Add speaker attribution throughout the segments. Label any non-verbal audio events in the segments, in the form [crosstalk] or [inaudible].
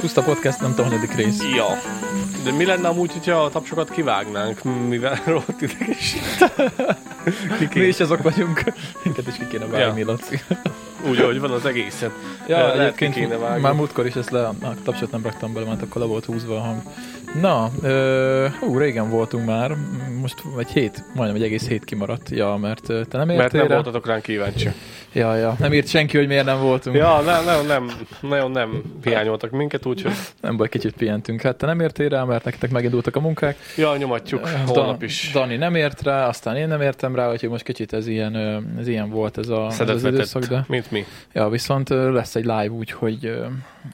Speaker 1: Puszta Podcast, nem tudom, hanyadik rész.
Speaker 2: Ja. De mi lenne amúgy, hogyha a tapsokat kivágnánk, mivel [laughs] rohadt ideges?
Speaker 1: Mi is azok vagyunk. Minket is ki kéne vágni, ja. Laci.
Speaker 2: Úgy, ahogy van az egészet.
Speaker 1: Ja,
Speaker 2: Lehet,
Speaker 1: egyébként
Speaker 2: ki kéne vágni.
Speaker 1: már múltkor is ezt le, a tapsot nem raktam bele, mert akkor le volt húzva a hang. Na, ö, hú, régen voltunk már, m- most egy hét, majdnem egy egész hét kimaradt, ja, mert ö, te nem értél
Speaker 2: Mert nem
Speaker 1: rá?
Speaker 2: voltatok ránk kíváncsi.
Speaker 1: Ja, ja, nem írt senki, hogy miért nem voltunk.
Speaker 2: Ja, nem, nem, nem, nagyon nem hiányoltak minket, úgyhogy
Speaker 1: Nem baj, kicsit pihentünk. Hát te nem értél rá, mert nektek megindultak a munkák.
Speaker 2: ja, nyomatjuk
Speaker 1: Eh,
Speaker 2: holnap is.
Speaker 1: Dani nem ért rá, aztán én nem értem rá, úgyhogy most kicsit ez ilyen, ö, ez ilyen volt ez, a, ez az időszak,
Speaker 2: Szedett,
Speaker 1: de...
Speaker 2: mint mi.
Speaker 1: Ja, viszont ö, lesz egy live, úgyhogy ö,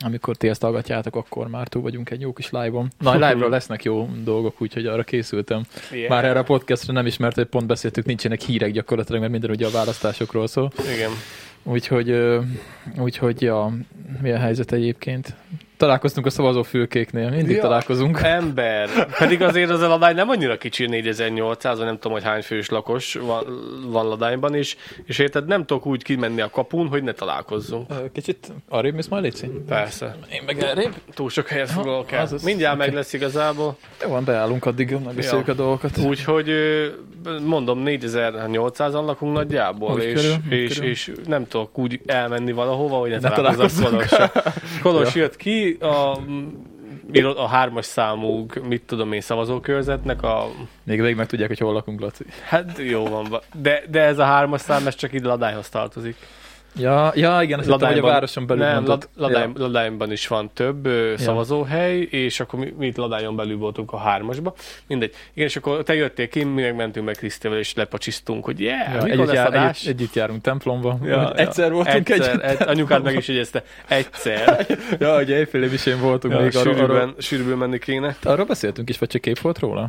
Speaker 1: amikor ti ezt hallgatjátok, akkor már túl vagyunk egy jó kis live-on.
Speaker 2: [laughs]
Speaker 1: Na, live-ról lesznek jó dolgok, úgyhogy arra készültem.
Speaker 2: Yeah.
Speaker 1: Már erre a podcastra nem is, mert hogy pont beszéltük, nincsenek hírek gyakorlatilag, mert minden ugye a választásokról szól.
Speaker 2: Igen.
Speaker 1: Úgyhogy, ö, úgyhogy ja, milyen helyzet egyébként? Találkoztunk a szavazófülkéknél, mindig
Speaker 2: Ja. [laughs]
Speaker 1: találkozunk.
Speaker 2: Ember. Pedig azért az a ladány nem annyira kicsi, 4800, vagy nem tudom, hogy hány fős lakos van, van ladányban, és, és érted, nem tudok úgy kimenni a kapun, hogy ne találkozzunk.
Speaker 1: Ö, Kicsit arrébb mész majd, Léci?
Speaker 2: Persze.
Speaker 1: Én meg elrébb.
Speaker 2: Túl sok helyet foglalok el.
Speaker 1: az az-
Speaker 2: Mindjárt
Speaker 1: oké.
Speaker 2: meg lesz igazából.
Speaker 1: Jó van, beállunk addig, megbeszéljük
Speaker 2: Ja.
Speaker 1: a dolgokat.
Speaker 2: Úgyhogy ö, mondom, 4800-an lakunk nagyjából,
Speaker 1: Úgy
Speaker 2: és,
Speaker 1: körül, úgy
Speaker 2: és,
Speaker 1: körül.
Speaker 2: és, nem tudok úgy elmenni valahova, hogy ne,
Speaker 1: Ne
Speaker 2: ne találkozzak
Speaker 1: találkozzunk.
Speaker 2: Kolossal.
Speaker 1: [laughs]
Speaker 2: Kolos jött ki a, a hármas számú, mit tudom én, szavazókörzetnek a
Speaker 1: Még végig meg tudják, hogy hol lakunk, Laci.
Speaker 2: Hát jó van, ba- de, de ez a hármas szám, ez csak ide Ladályhoz tartozik.
Speaker 1: Ja, ja igen, azt hittem, hogy a városon belül
Speaker 2: nem,
Speaker 1: mondod.
Speaker 2: Lad- Ladály, ja. Ladályban is van több ö, szavazóhely, és akkor mi, mi itt Ladályon belül voltunk a hármasba. Mindegy. Igen, és akkor te jöttél ki, mi meg mentünk meg Krisztivel, és lepacsisztunk, hogy yeah, ja,
Speaker 1: Ja,
Speaker 2: mikor
Speaker 1: együtt,
Speaker 2: lesz jár,
Speaker 1: jár,
Speaker 2: adás?
Speaker 1: együtt, együtt járunk templomba. [laughs] Ja, egyszer voltunk
Speaker 2: egyszer,
Speaker 1: együtt.
Speaker 2: Egy, anyukád meg is jegyezte. Egyszer.
Speaker 1: [laughs] Ja, ugye éjfél évvisén voltunk ja,
Speaker 2: ja,
Speaker 1: még arról, arról.
Speaker 2: sűrűbben, sűrűbben menni kéne.
Speaker 1: Arról beszéltünk is, vagy csak kép volt róla?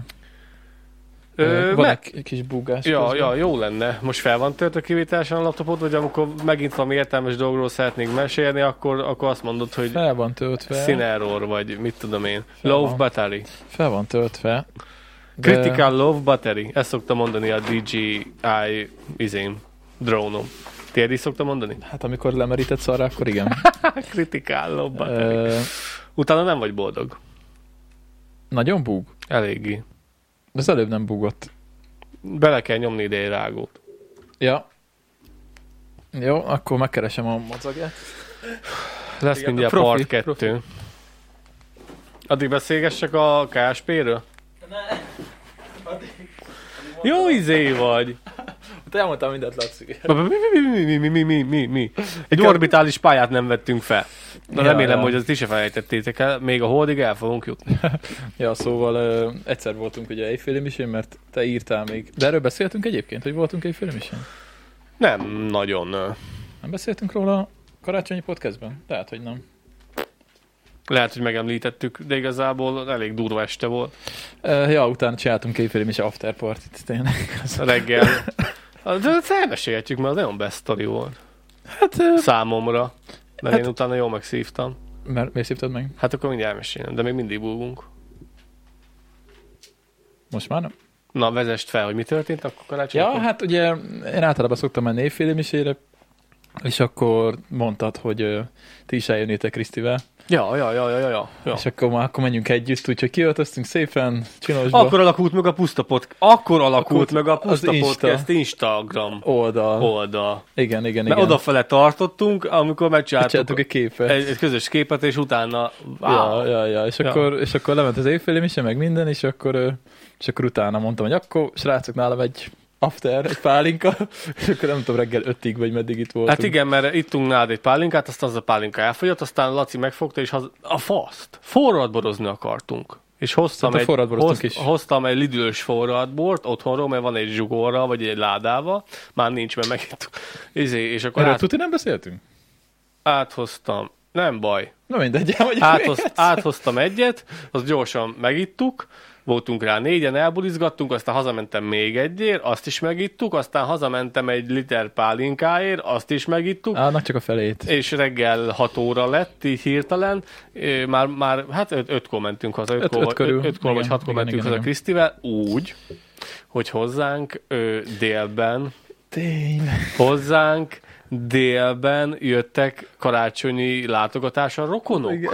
Speaker 2: Ö,
Speaker 1: Van
Speaker 2: meg-
Speaker 1: egy kis búgás.
Speaker 2: Ja,
Speaker 1: közben.
Speaker 2: ja, jó lenne. Most fel van tört a kivételesen a laptopod, vagy amikor megint valami értelmes dologról szeretnénk mesélni, akkor, akkor azt mondod, hogy
Speaker 1: Fel van töltve.
Speaker 2: Sin Error, vagy mit tudom én.
Speaker 1: Fel
Speaker 2: Love
Speaker 1: van.
Speaker 2: Battery.
Speaker 1: Fel van töltve. De-
Speaker 2: Critical Love Battery. Ezt szokta mondani a DJI izén, drónom. Térd is szokta [laughs] mondani?
Speaker 1: Hát amikor lemerített szarra, akkor
Speaker 2: [laughs]
Speaker 1: igen.
Speaker 2: Hát Critical Love Battery.
Speaker 1: Ö,
Speaker 2: Utána nem vagy boldog.
Speaker 1: nagyon búg.
Speaker 2: Eléggé.
Speaker 1: Az előbb nem búgott.
Speaker 2: Bele kell nyomni ide egy rágót.
Speaker 1: Ja. Jó, akkor megkeresem a mozagját.
Speaker 2: Lesz
Speaker 1: Igen,
Speaker 2: mindjárt
Speaker 1: profi,
Speaker 2: part 2. Addig beszélgessek a KSP-ről? Jó izé vagy!
Speaker 1: Te elmondtál Hát mindent, Laci.
Speaker 2: Mi, mi, mi, mi, mi, mi, mi, mi? Egy orbitális pályát nem vettünk fel. Na,
Speaker 1: Ja,
Speaker 2: remélem,
Speaker 1: ja.
Speaker 2: hogy azt is se felejtettétek el, még a holdig el fogunk jutni.
Speaker 1: Ja, szóval ö, egyszer voltunk ugye éjféli misén, mert te írtál még. De erről beszéltünk egyébként, hogy voltunk éjféli misén?
Speaker 2: Nem nagyon. ö.
Speaker 1: Nem beszéltünk róla a karácsonyi podcastben? Lehet, hogy nem.
Speaker 2: Lehet, hogy megemlítettük, de igazából elég durva este volt.
Speaker 1: Ö, ja, utána csináltunk éjféli mise after party-t, tényleg. Az-
Speaker 2: Reggel. [laughs] Hát, De ezt elmesélhetjük, mert az nagyon best story volt.
Speaker 1: Hát, ö,
Speaker 2: Számomra. De
Speaker 1: Hát-
Speaker 2: én utána jól megszívtam.
Speaker 1: mert miért szívtad meg?
Speaker 2: Hát akkor mindjárt elmesélem, de még mindig búgunk.
Speaker 1: Most már nem?
Speaker 2: Na, vezest fel, hogy mi történt akkor karácsonykor.
Speaker 1: Ja, hát ugye én általában szoktam menni éjféli misére, és akkor mondtad, hogy ö, ti is eljönnétek Krisztivel,
Speaker 2: ja, ja, ja, ja, ja, ja. ja.
Speaker 1: és akkor már akkor menjünk együtt, úgyhogy kiöltöztünk szépen, csinosba.
Speaker 2: Akkor alakult meg a puszta podcast. Akkor alakult
Speaker 1: Akkor
Speaker 2: meg a
Speaker 1: az
Speaker 2: puszta
Speaker 1: Insta.
Speaker 2: podcast Instagram
Speaker 1: oldal.
Speaker 2: oldal.
Speaker 1: Igen, igen,
Speaker 2: Mert
Speaker 1: igen.
Speaker 2: odafele tartottunk, amikor megcsináltuk
Speaker 1: Csináltuk egy képet.
Speaker 2: egy, egy közös képet, és utána
Speaker 1: Ja,
Speaker 2: wow,
Speaker 1: ja, ja, és
Speaker 2: Ja.
Speaker 1: akkor, és akkor lement az évféli mise, meg minden, és akkor, ö, és akkor utána mondtam, hogy akkor, srácok, nálam egy after, egy pálinka, és akkor nem tudom, reggel ötig, vagy meddig itt voltunk.
Speaker 2: Hát igen, mert ittunk nálad egy pálinkát, aztán az a pálinka elfogyott, aztán Laci megfogta, és haz... a faszt. Forradborozni akartunk. És hoztam
Speaker 1: Szerintem
Speaker 2: egy,
Speaker 1: Hát forradboroztunk
Speaker 2: hoz-
Speaker 1: is.
Speaker 2: hoztam egy lidős forradbort otthonról, mert van egy zsugorra, vagy egy ládával. Már nincs, mert megittuk. Izé, és akkor
Speaker 1: Erről
Speaker 2: át,
Speaker 1: tuti nem beszéltünk?
Speaker 2: áthoztam.
Speaker 1: [laughs]
Speaker 2: Nem baj.
Speaker 1: Na mindegy, hogy
Speaker 2: Áthoz, áthoztam egyet, azt gyorsan megittuk, voltunk rá négyen, elbulizgattunk, aztán hazamentem még egyért, azt is megittuk, aztán hazamentem egy liter pálinkáért, azt is megittuk,
Speaker 1: Annak csak a felét.
Speaker 2: és reggel 6 óra lett, így hirtelen, Ö, már, már hát 5 mentünk haza,
Speaker 1: Öt-
Speaker 2: 5
Speaker 1: öt körül.
Speaker 2: kor vagy
Speaker 1: Igen,
Speaker 2: 6 kor
Speaker 1: igen,
Speaker 2: mentünk
Speaker 1: igen,
Speaker 2: haza
Speaker 1: igen.
Speaker 2: Krisztivel, úgy, hogy hozzánk ö, délben,
Speaker 1: Tényleg.
Speaker 2: hozzánk délben jöttek karácsonyi látogatásra rokonok.
Speaker 1: Igen.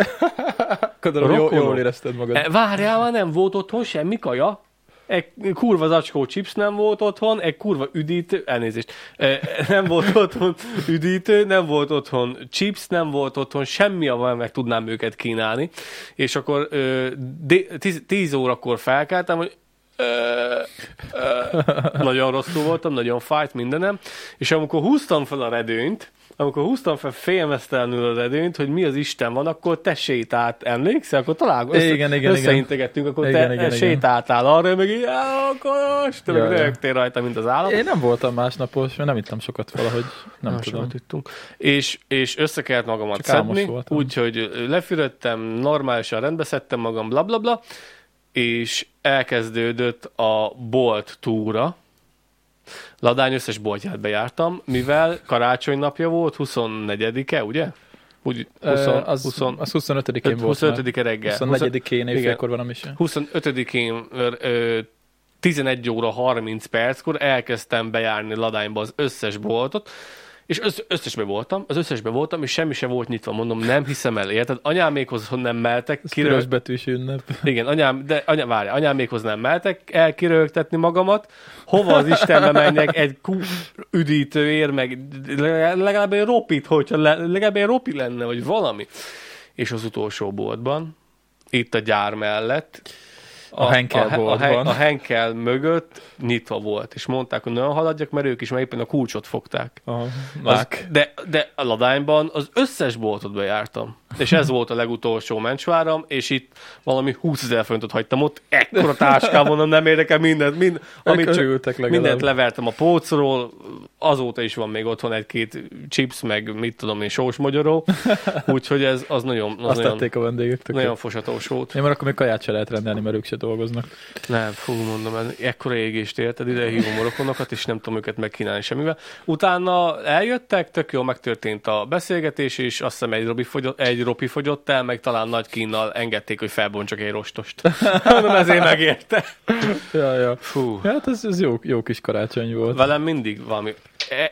Speaker 1: Gondolom, jól,
Speaker 2: Rokonok.
Speaker 1: jól érezted magad.
Speaker 2: E, Várjál, már nem volt otthon semmi kaja. Egy kurva zacskó chips nem volt otthon, egy kurva üdítő, elnézést, E, nem volt otthon üdítő, nem volt otthon chips, nem volt otthon semmi, amivel meg tudnám őket kínálni. És akkor ö, dé- tíz- 10 órakor felkeltem, hogy ö, ö, nagyon rosszul voltam, nagyon fájt mindenem, és amikor húztam fel a redőnyt, amikor húztam fel félmeztelenül a redőnyt, hogy mi az Isten van, akkor te sétált, emlékszel? Akkor találkoztunk,
Speaker 1: Igen, igen, igen.
Speaker 2: összeintegettünk, akkor
Speaker 1: Igen,
Speaker 2: te
Speaker 1: igen, igen.
Speaker 2: sétáltál arra, meg így, "Á, kolos, te meg
Speaker 1: Jaj, jaj.
Speaker 2: rögtél rajta, mint az állat.
Speaker 1: Én nem voltam másnapos, mert nem ittam sokat valahogy, nem
Speaker 2: Ah,
Speaker 1: tudom.
Speaker 2: sokat ittunk. És, és össze kellett magamat
Speaker 1: Csak álmos
Speaker 2: szedni,
Speaker 1: voltam.
Speaker 2: úgyhogy lefürödtem, normálisan rendbe szedtem magam, bla bla bla, és elkezdődött a bolt túra. Ladány összes boltját bejártam, mivel karácsony napja volt, 24-e, ugye? Úgy, 20,
Speaker 1: Ö, az,
Speaker 2: 20,
Speaker 1: az 25-én volt már.
Speaker 2: 25-e reggel.
Speaker 1: 24-én
Speaker 2: igen.
Speaker 1: éjfélkor valami sem.
Speaker 2: 25-én ö, ö, 11 óra 30 perckor elkezdtem bejárni Ladányba az összes boltot, és össz, összesbe voltam, az összesbe voltam, és semmi se volt nyitva, mondom, nem hiszem el, érted? Anyámékhoz nem meltek,
Speaker 1: Ez
Speaker 2: kirög,
Speaker 1: piros betűs ünnep.
Speaker 2: igen, anyám, de anya, várj, anyámékhoz nem meltek el kirögtetni magamat, hova az Istenbe menjek egy kú üdítőért, meg legalább egy ropit, hogyha le, legalább egy ropi lenne, vagy valami. És az utolsó boltban, itt a gyár mellett,
Speaker 1: A Henkel
Speaker 2: a, a,
Speaker 1: boltban.
Speaker 2: a Henkel mögött nyitva volt, és mondták, hogy nagyon haladjak, mert ők is már éppen a kulcsot fogták.
Speaker 1: A
Speaker 2: Az,
Speaker 1: mák.
Speaker 2: de, de a ladányban az összes boltot bejártam. És ez volt a legutolsó mencsváram, és itt valami 20 ezer fontot hagytam ott, ekkora táskámon, mondom, nem érdekel mindent, mind, amit csak,
Speaker 1: Megörültek legalább.
Speaker 2: mindent levertem a polcról, azóta is van még otthon egy-két chips, meg mit tudom én, sós magyaró, úgyhogy ez az nagyon, az
Speaker 1: Azt
Speaker 2: nagyon,
Speaker 1: tették a vendégek tök jó.
Speaker 2: nagyon fosatós volt.
Speaker 1: Én már akkor még kaját se lehet rendelni, mert ők se dolgoznak.
Speaker 2: Nem, fú, mondom, ez ekkora égést érted, ide hívom a rokonokat, és nem tudom őket megkínálni semmivel. Utána eljöttek, tök jól megtörtént a beszélgetés, és azt hiszem egy, robi fogyott, egy ropi fogyott el, meg talán nagy kínnal engedték, hogy felbontsak egy rostost. mondom, ezért megérte.
Speaker 1: Ja, ja.
Speaker 2: Fú,
Speaker 1: Hát ez, ez jó, jó kis karácsony volt.
Speaker 2: velem mindig valami... E,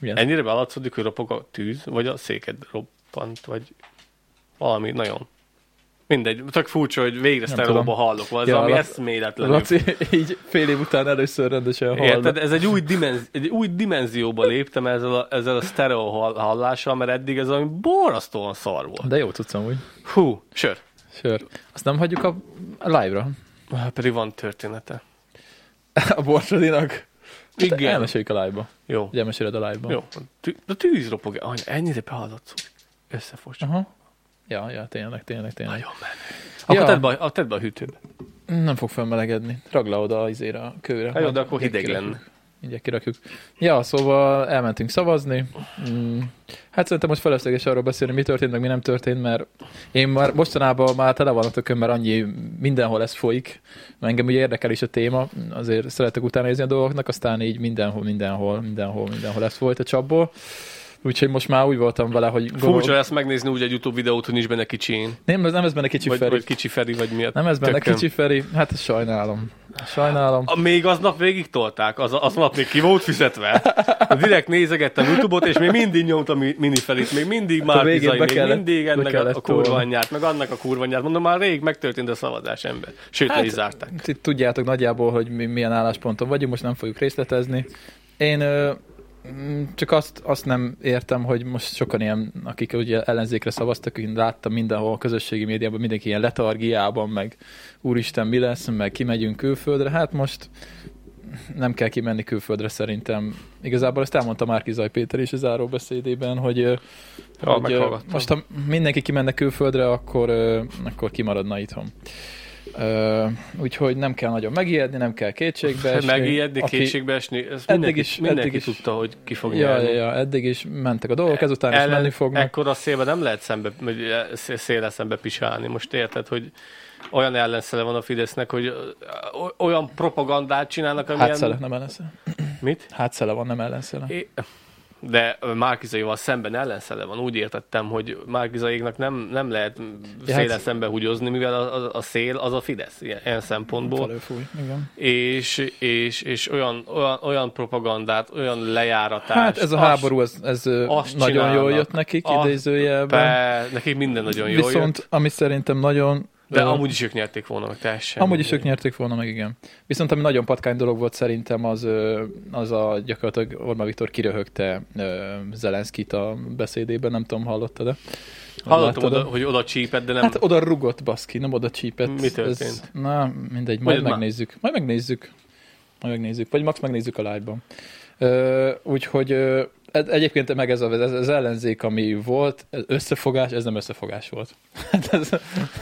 Speaker 1: Igen.
Speaker 2: ennyire bealatszodik, hogy ropog a tűz, vagy a széked roppant, vagy valami nagyon... Mindegy, tök furcsa, hogy végre
Speaker 1: tudom.
Speaker 2: sztereóban hallok valami,
Speaker 1: Ja,
Speaker 2: ja, ami
Speaker 1: Laci-
Speaker 2: eszméletlenül
Speaker 1: Laci [laughs] így fél év után először rendesen hall.
Speaker 2: Érted? Ez egy új, dimenzi- egy új dimenzióba léptem ezzel a, ezzel a stereo hall- hallással, mert eddig ez ami borrasztóan szar volt.
Speaker 1: De jó tudsz amúgy.
Speaker 2: Hú, sör.
Speaker 1: Sör. Azt nem hagyjuk a a live-ra. [laughs]
Speaker 2: Ah, Pedig van története.
Speaker 1: A borsodinak.
Speaker 2: Igen.
Speaker 1: Elmeséljük a live-ba.
Speaker 2: Jó.
Speaker 1: Ugye elmeséled a live-ba.
Speaker 2: Jó. Tű- De tűzropog. Anya, ennyire behaladszó. Összefos.
Speaker 1: Aha. Ja, ja, tényleg, tényleg, tényleg.
Speaker 2: Nagyon menő. Akkor
Speaker 1: Ja.
Speaker 2: ja. tedd, be, a- tedd be a hűtőbe.
Speaker 1: Nem fog felmelegedni. Ragla oda izére a kőre.
Speaker 2: Hát, jó, de
Speaker 1: Mindjárt
Speaker 2: akkor hideg
Speaker 1: kirakjuk.
Speaker 2: lenne.
Speaker 1: Mindjárt kirakjuk. Ja, szóval elmentünk szavazni. Mm. Hát szerintem most felesleges arról beszélni, mi történt, meg mi nem történt, mert én már mostanában már tele van a tökön, mert annyi mindenhol ez folyik. Engem ugye érdekel is a téma, azért szeretek utánézni a dolgoknak, aztán így mindenhol, mindenhol, mindenhol, mindenhol ez folyt a csapból. Úgyhogy most már úgy voltam vele, hogy
Speaker 2: Furcsa lesz megnézni úgy egy YouTube videót, hogy nincs benne kicsi én.
Speaker 1: nem, nem ez benne kicsi
Speaker 2: Vagy,
Speaker 1: Feri.
Speaker 2: vagy kicsi Feri, vagy miért.
Speaker 1: Nem ez benne
Speaker 2: Tököm.
Speaker 1: kicsi Feri. Hát sajnálom. Sajnálom.
Speaker 2: A- Még aznap végig tolták, az, aznap még ki volt fizetve. Direkt nézegettem YouTube-ot, és még mindig nyomtam mi- minifelit, még mindig már
Speaker 1: Hát végén
Speaker 2: bizony,
Speaker 1: be
Speaker 2: még
Speaker 1: kellett-
Speaker 2: mindig
Speaker 1: be
Speaker 2: ennek a,
Speaker 1: kellett
Speaker 2: a
Speaker 1: tolni.
Speaker 2: kurvanyát, meg annak a kurvanyát. Mondom, már rég megtörtént a szavazás ember. Sőt, hát, le is zárták.
Speaker 1: Itt tudjátok nagyjából, hogy mi, milyen állásponton vagyunk, most nem fogjuk részletezni. Én ö, mm, csak azt, azt nem értem, hogy most sokan ilyen, akik ugye ellenzékre szavaztak, én láttam mindenhol a közösségi médiában, mindenki ilyen letargiában, meg úristen mi lesz, meg kimegyünk külföldre. Hát most nem kell kimenni külföldre szerintem. Igazából ezt elmondta Márki Zaj Péter is az záróbeszédében, hogy ö,
Speaker 2: Ja,
Speaker 1: hogy, ö,
Speaker 2: meghallgattam.
Speaker 1: most ha mindenki kimenne külföldre, akkor, ö, akkor kimaradna itthon. Ö, úgyhogy nem kell nagyon megijedni, nem kell
Speaker 2: [laughs]
Speaker 1: kétségbe esni.
Speaker 2: Megijedni,
Speaker 1: Aki-
Speaker 2: kétségbe esni, ez mindenki,
Speaker 1: is-
Speaker 2: is, mindenki
Speaker 1: eddig is-
Speaker 2: tudta, hogy ki fog
Speaker 1: Ja,
Speaker 2: nyerni.
Speaker 1: ja, ja, eddig is mentek a dolgok, ezután is menni fognak.
Speaker 2: Ekkor a szélbe nem lehet szembe, vagy, eh, szé- széle szembe pisálni. Most érted, hogy olyan ellenszele van a Fidesznek, hogy ö, o-
Speaker 1: Hát
Speaker 2: olyan propagandát csinálnak, amilyen...
Speaker 1: Hátszele, Hát nem Hát ellenszele.
Speaker 2: Mit?
Speaker 1: Hátszele van, nem ellenszele.
Speaker 2: É- de Márkizaival szemben ellenszele van. Úgy értettem, hogy Márkizaiknak nem, nem lehet
Speaker 1: Ja,
Speaker 2: ja,
Speaker 1: hát-
Speaker 2: széle szembe húgyozni, mivel a, a, a szél az a Fidesz ilyen, ilyen szempontból.
Speaker 1: Felőfúj, igen.
Speaker 2: És, és, és olyan, olyan, olyan propagandát, olyan lejáratás.
Speaker 1: Hát ez a
Speaker 2: azt-
Speaker 1: háború, ez, ez ö,
Speaker 2: azt
Speaker 1: nagyon jól
Speaker 2: csinálnak.
Speaker 1: jött nekik
Speaker 2: Azt-
Speaker 1: idézőjelben.
Speaker 2: Be, nekik minden nagyon jó
Speaker 1: Viszont,
Speaker 2: jött,
Speaker 1: ami szerintem nagyon...
Speaker 2: de
Speaker 1: ö,
Speaker 2: amúgy is ők nyerték volna meg teljesen.
Speaker 1: Amúgy is ők nyerték volna meg, igen. Viszont ami nagyon patkány dolog volt szerintem, az, ö, az a gyakorlatilag Orbán Viktor kiröhögte ö, Zelenszkit a beszédében, nem tudom, hallottad de
Speaker 2: Hallottam, oda, hogy oda csípett, de nem...
Speaker 1: Hát oda rugott, baszki, nem oda csípett.
Speaker 2: Mi történt?
Speaker 1: Ez, na, mindegy, majd
Speaker 2: Vagy ma-
Speaker 1: megnézzük. Majd megnézzük. Majd megnézzük. Vagy max megnézzük a live-ban. Ö, Úgyhogy ö, ez- egyébként meg ez, a, ez az ellenzék, ami volt, ez összefogás, ez nem összefogás volt. [laughs] Hát ez,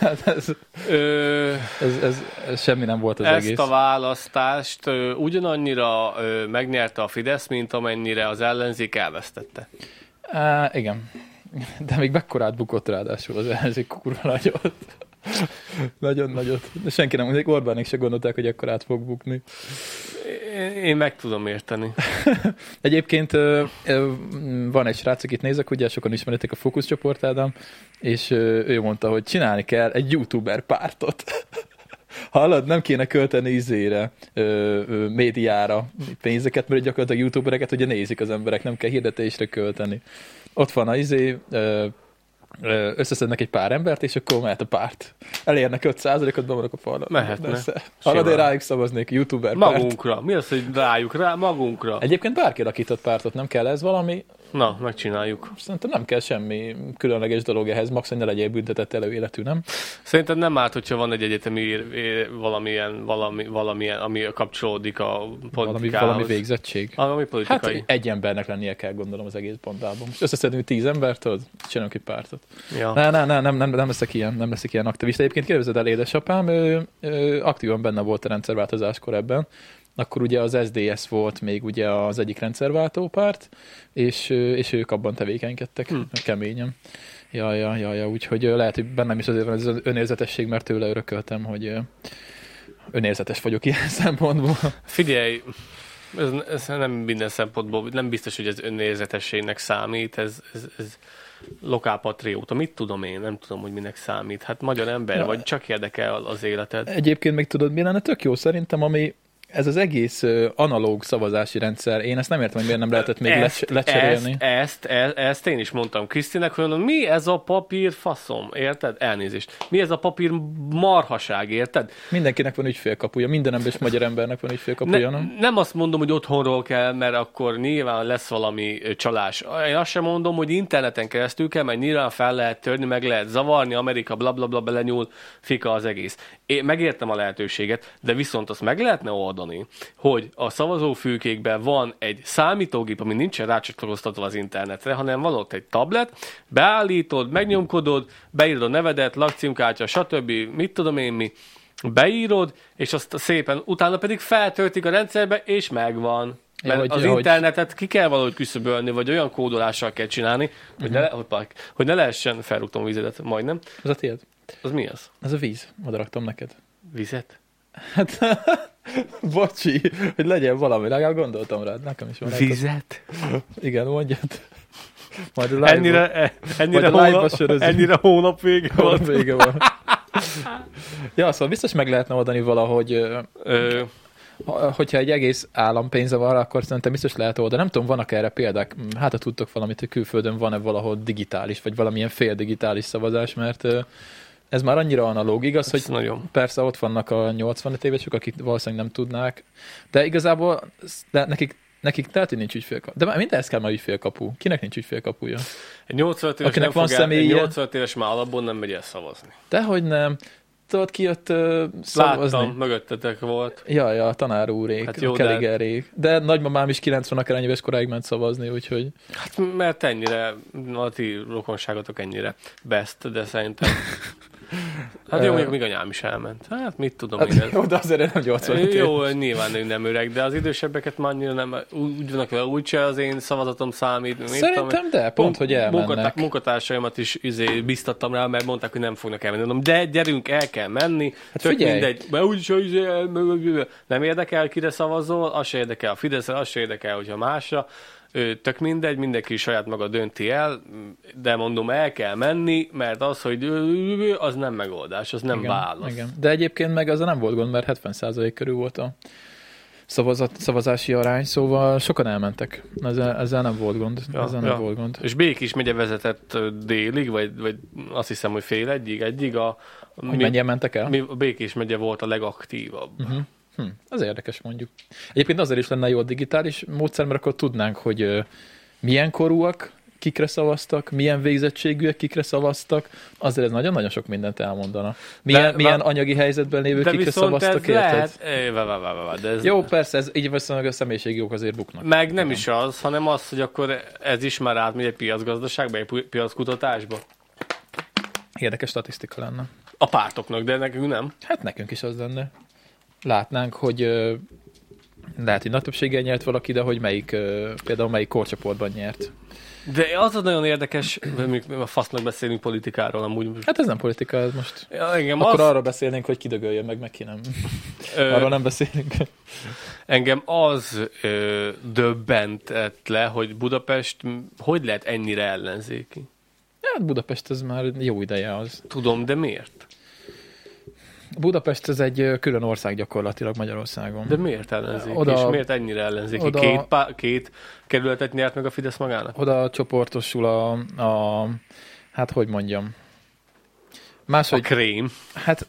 Speaker 1: hát ez,
Speaker 2: Ö,
Speaker 1: ez, ez, ez semmi nem volt az
Speaker 2: Ezt
Speaker 1: egész.
Speaker 2: a választást ö, ugyanannyira ö, megnyerte a Fidesz, mint amennyire az ellenzék elvesztette.
Speaker 1: Á, igen. De még mekkorát bukott ráadásul az ellenzék kurva nagyot. [laughs] Nagyon nagyot. De senki nem, még Orbánék se gondolták, hogy ekkorát fog bukni.
Speaker 2: Én- Én meg tudom érteni.
Speaker 1: Egyébként ö, ö, van egy srác, akit nézek, ugye sokan ismeritek a fókuszcsoport Ádám, és ö, ő mondta, hogy csinálni kell egy youtuber pártot. [laughs] Hallod, nem kéne költeni izére, ö, ö, médiára pénzeket, mert gyakorlatilag youtubereket ugye nézik az emberek, nem kell hirdetésre költeni. Ott van a izé, ö, ö, összeszednek egy pár embert, és akkor mehet a párt. Elérnek 5%-ot, bemarok a parlamentbe.
Speaker 2: Mehetne.
Speaker 1: Persze. Hallod, én
Speaker 2: Simán.
Speaker 1: rájuk szavaznék, youtuber párt.
Speaker 2: Magunkra. Mi az, hogy rájuk rá? Magunkra.
Speaker 1: Egyébként bárki alakított pártot, nem kell ez valami,
Speaker 2: Na, megcsináljuk.
Speaker 1: Szerintem nem kell semmi különleges dolog ehhez, max, hogy ne legyél büntetett előéletű, nem?
Speaker 2: Szerintem nem árt, hogyha van egy egyetemi ér- ér- valamilyen, valami, valamilyen, ami kapcsolódik a
Speaker 1: Valami,
Speaker 2: politikához.
Speaker 1: valami végzettség.
Speaker 2: Valami
Speaker 1: Hát
Speaker 2: politikai. Hát,
Speaker 1: egy embernek lennie kell, gondolom, az egész bandában. Most összeszedünk tíz embert, tudod? Csinálunk egy pártot.
Speaker 2: ja.
Speaker 1: Ne, ne, ne, nem, nem, nem leszek ilyen, nem leszek ilyen aktivista. Egyébként képzeld el, édesapám, ő, ő aktívan benne volt a rendszerváltozáskor ebben. Akkor ugye az SDS volt még ugye az egyik rendszerváltó párt, és, ö, és ők abban tevékenykedtek
Speaker 2: Hm.
Speaker 1: hmm. keményen. Ja, ja, ja, ja, úgyhogy ö, lehet, hogy bennem is azért van ez az önérzetesség, mert tőle örököltem, hogy ö, önérzetes vagyok ilyen [laughs] szempontból.
Speaker 2: Figyelj, ez, ez nem minden szempontból, nem biztos, hogy ez önérzetességnek számít, ez, ez, ez lokálpatrióta, mit tudom én, nem tudom, hogy minek számít. Hát magyar ember
Speaker 1: Ja.
Speaker 2: vagy, csak érdekel az életed.
Speaker 1: Egyébként még tudod, mi lenne tök jó szerintem, ami ez az egész ö, analóg szavazási rendszer. Én ezt nem értem, hogy miért nem lehetett még ezt, lecserélni.
Speaker 2: Ezt, ezt, ezt, ezt én is mondtam Krisztinek, hogy mondom, mi ez a papír faszom, érted? Elnézést. Mi ez a papír marhaság, érted?
Speaker 1: Mindenkinek van ügyfélkapuja, minden ember és magyar embernek van ügyfélkapuja,
Speaker 2: Ne,
Speaker 1: nem?
Speaker 2: nem azt mondom, hogy otthonról kell, mert akkor nyilván lesz valami ö, csalás. Én azt sem mondom, hogy interneten keresztül kell, mert nyilván fel lehet törni, meg lehet zavarni, Amerika blablabla bla, bla, belenyúl, fika az egész. Én megértem a lehetőséget, de viszont azt meg lehetne oldani, hogy a szavazófülkékben van egy számítógép, ami nincsen rácsatlakoztatva az internetre, hanem van ott egy tablet, beállítod, megnyomkodod, beírod a nevedet, lakcímkártya, stb. mit tudom én mi, beírod, és azt szépen utána pedig feltöltik a rendszerbe, és megvan.
Speaker 1: Ja,
Speaker 2: Mert
Speaker 1: hogy-
Speaker 2: az
Speaker 1: ja, hogy-
Speaker 2: internetet ki kell valahogy küszöbölni, vagy olyan kódolással kell csinálni, hogy,
Speaker 1: Mhm.
Speaker 2: ne, le, hoppá, hogy ne lehessen felrúgtom vizedet, majdnem.
Speaker 1: Az a tiéd.
Speaker 2: Az mi az?
Speaker 1: Az a víz. Oda raktam neked.
Speaker 2: Vizet?
Speaker 1: Hát, [laughs] bocsi, hogy legyen valami. Legalább gondoltam rád. Nekem is van.
Speaker 2: Vizet?
Speaker 1: Igen, mondjad. [laughs] Majd a live-ba-
Speaker 2: Ennyire, eh, ennyire,
Speaker 1: Majd a live-ba
Speaker 2: hónap,
Speaker 1: sörözünk.
Speaker 2: ennyire hónap vége
Speaker 1: Hol
Speaker 2: volt.
Speaker 1: vége van. Ja, szóval biztos meg lehetne oldani valahogy, ö,
Speaker 2: Ö,
Speaker 1: ha- hogyha egy egész állam pénze van, rá, akkor szerintem biztos lehet oldani. Nem tudom, vannak erre példák, Hm, hát ha tudtok valamit, hogy külföldön van-e valahol digitális, vagy valamilyen féldigitális szavazás, mert ö, ez már annyira analóg, igaz, Hát hogy
Speaker 2: hogy nagyon.
Speaker 1: Persze ott vannak a 85 évesek, akik valószínűleg nem tudnák, de igazából sz- de nekik, nekik lehet, hogy nincs ügyfélkapu. De már mindenhez kell már ügyfélkapu. Kinek nincs ügyfélkapuja?
Speaker 2: Egy 85 éves,
Speaker 1: Akinek
Speaker 2: nem
Speaker 1: van
Speaker 2: fog el, egy
Speaker 1: személye.
Speaker 2: 85 éves már alapból nem megy el szavazni.
Speaker 1: Dehogy nem. Tudod, ki jött ö, szavazni?
Speaker 2: Láttam, mögöttetek volt.
Speaker 1: Ja, ja, a tanár úrék,
Speaker 2: Hát
Speaker 1: hát
Speaker 2: jó,
Speaker 1: jó,
Speaker 2: de-
Speaker 1: keligerék. De nagymamám is 90 akár éves koráig ment szavazni, úgyhogy
Speaker 2: Hát mert ennyire, a ti rokonságotok ennyire best, de szerintem... Hát
Speaker 1: Ö.
Speaker 2: jó, mondjuk még anyám is elment. Hát mit tudom
Speaker 1: [laughs]
Speaker 2: én.
Speaker 1: hát,
Speaker 2: ez-
Speaker 1: jó, de azért nem 85 év.
Speaker 2: Jó, nyilván ő nem öreg, de az idősebbeket már annyira nem, úgy úgy vannak vele, úgyse az én szavazatom számít. mit tudom én.
Speaker 1: Szerintem de, pont, hogy
Speaker 2: Munkatá-
Speaker 1: elmennek.
Speaker 2: munkatársaimat is izé, biztattam rá, mert mondták, hogy nem fognak elmenni. Mondom, de gyerünk, el kell menni. Hát Tök
Speaker 1: figyelj.
Speaker 2: mindegy. Mert úgyis, hogy izé, el- nem érdekel, kire szavazol, az se érdekel a Fideszre, az se érdekel, hogyha másra. Ö, Tök mindegy, mindenki saját maga dönti el, de mondom, el kell menni, mert az, hogy ö, az nem megoldás, az nem igen, válasz. Igen.
Speaker 1: Igen. De egyébként meg az nem volt gond, mert 70% körül volt a szavazat, szavazási arány, szóval sokan elmentek. Ezzel, ezzel nem volt gond. Ja, ezzel nem volt gond.
Speaker 2: És Békés megye vezetett ö, délig, vagy, vagy azt hiszem, hogy fél egyig, egyig a,
Speaker 1: Hogy mennyien mentek el?
Speaker 2: mi, a Békés megye volt a legaktívabb. Uh-huh.
Speaker 1: Hm, az érdekes mondjuk. Egyébként azért is lenne jó a digitális módszer, mert akkor tudnánk, hogy ö, milyen korúak, kikre szavaztak, milyen végzettségűek, kikre szavaztak. Azért ez nagyon-nagyon sok mindent elmondana. Milyen, de,
Speaker 2: na-
Speaker 1: milyen anyagi helyzetben lévő
Speaker 2: De
Speaker 1: kikre
Speaker 2: viszont ez
Speaker 1: szavaztak, érted?
Speaker 2: lehet... Ö, vá, vá, vá, vá, vá, De ez
Speaker 1: Jó, persze, ez, így viszonylag a személyiségjogok azért buknak.
Speaker 2: Meg nem is az, hanem az, hogy akkor ez is már átmegy egy piacgazdaságba, egy pi- piackutatásba.
Speaker 1: Érdekes statisztika lenne.
Speaker 2: A pártoknak, de nekünk nem.
Speaker 1: Hát nekünk is az lenne. Látnánk, hogy ö, lehet, hogy nagy többséggel nyert valaki, de hogy melyik, ö, például melyik korcsoportban nyert.
Speaker 2: De az az nagyon érdekes, mondjuk a fasznak beszélünk politikáról amúgy. Hát,
Speaker 1: Hát ez nem politika, ez most.
Speaker 2: ja, engem,
Speaker 1: Akkor
Speaker 2: az,
Speaker 1: arról beszélnénk, hogy kidögöljön meg, meg ki nem.
Speaker 2: ö,
Speaker 1: Arról nem beszélünk.
Speaker 2: engem az ö, döbbentett le, hogy Budapest m- hogy lehet ennyire ellenzéki.
Speaker 1: Hát Budapest ez már jó ideje az.
Speaker 2: Tudom, de miért?
Speaker 1: Budapest ez egy ö, külön ország gyakorlatilag Magyarországon.
Speaker 2: De miért ellenzéki? Oda,
Speaker 1: Oda-
Speaker 2: és miért ennyire ellenzéki? Oda,
Speaker 1: oda-
Speaker 2: két, pá- két kerületet nyert meg a Fidesz magának?
Speaker 1: Oda csoportosul a, a hát hogy mondjam,
Speaker 2: A
Speaker 1: máshogy,
Speaker 2: krém,
Speaker 1: hát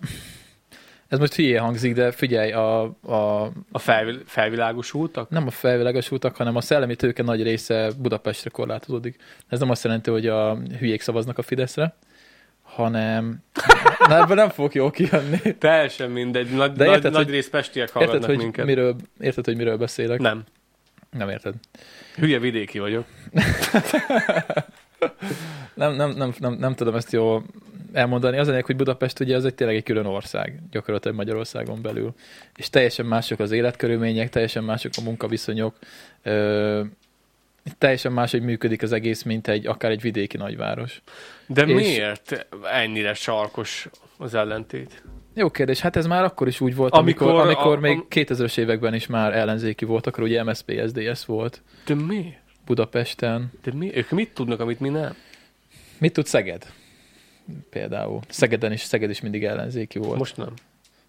Speaker 1: ez most hülye hangzik, de figyelj, a, a
Speaker 2: a felvil- felvilágosultak?
Speaker 1: nem a felvilágosultak, hanem a szellemi tőke nagy része Budapestre korlátozódik. Ez nem azt jelenti, hogy a hülyék szavaznak a Fideszre, hanem... Na, ebben nem fogok jól kijönni.
Speaker 2: Teljesen mindegy, nagy,
Speaker 1: De
Speaker 2: nagy,
Speaker 1: érted,
Speaker 2: nagy
Speaker 1: hogy-
Speaker 2: rész pestiek hallgatnak
Speaker 1: Érted, hogy
Speaker 2: minket.
Speaker 1: miről, érted, hogy miről beszélek?
Speaker 2: Nem,
Speaker 1: Nem érted.
Speaker 2: hülye vidéki vagyok.
Speaker 1: Nem, nem, nem, nem, nem tudom ezt jól elmondani. Az ennek, hogy Budapest ugye az egy tényleg egy külön ország, gyakorlatilag Magyarországon belül. És teljesen mások az életkörülmények, teljesen mások a munkaviszonyok, ö, teljesen máshogy működik az egész, mint egy akár egy vidéki nagyváros.
Speaker 2: De és...
Speaker 1: És-
Speaker 2: miért ennyire sarkos az ellentét?
Speaker 1: Jó kérdés, hát ez már akkor is úgy volt,
Speaker 2: Amikor
Speaker 1: amikor, amikor,
Speaker 2: a-
Speaker 1: amikor még
Speaker 2: am- 2000-es
Speaker 1: 2000-es években is már ellenzéki volt, akkor ugye MSZP, SZDSZ volt
Speaker 2: De miért?
Speaker 1: Budapesten.
Speaker 2: De mi? Ők mit tudnak, amit mi nem?
Speaker 1: Mit tud Szeged? Például. Szegeden is, Szeged is mindig ellenzéki volt. Most...
Speaker 2: Most nem.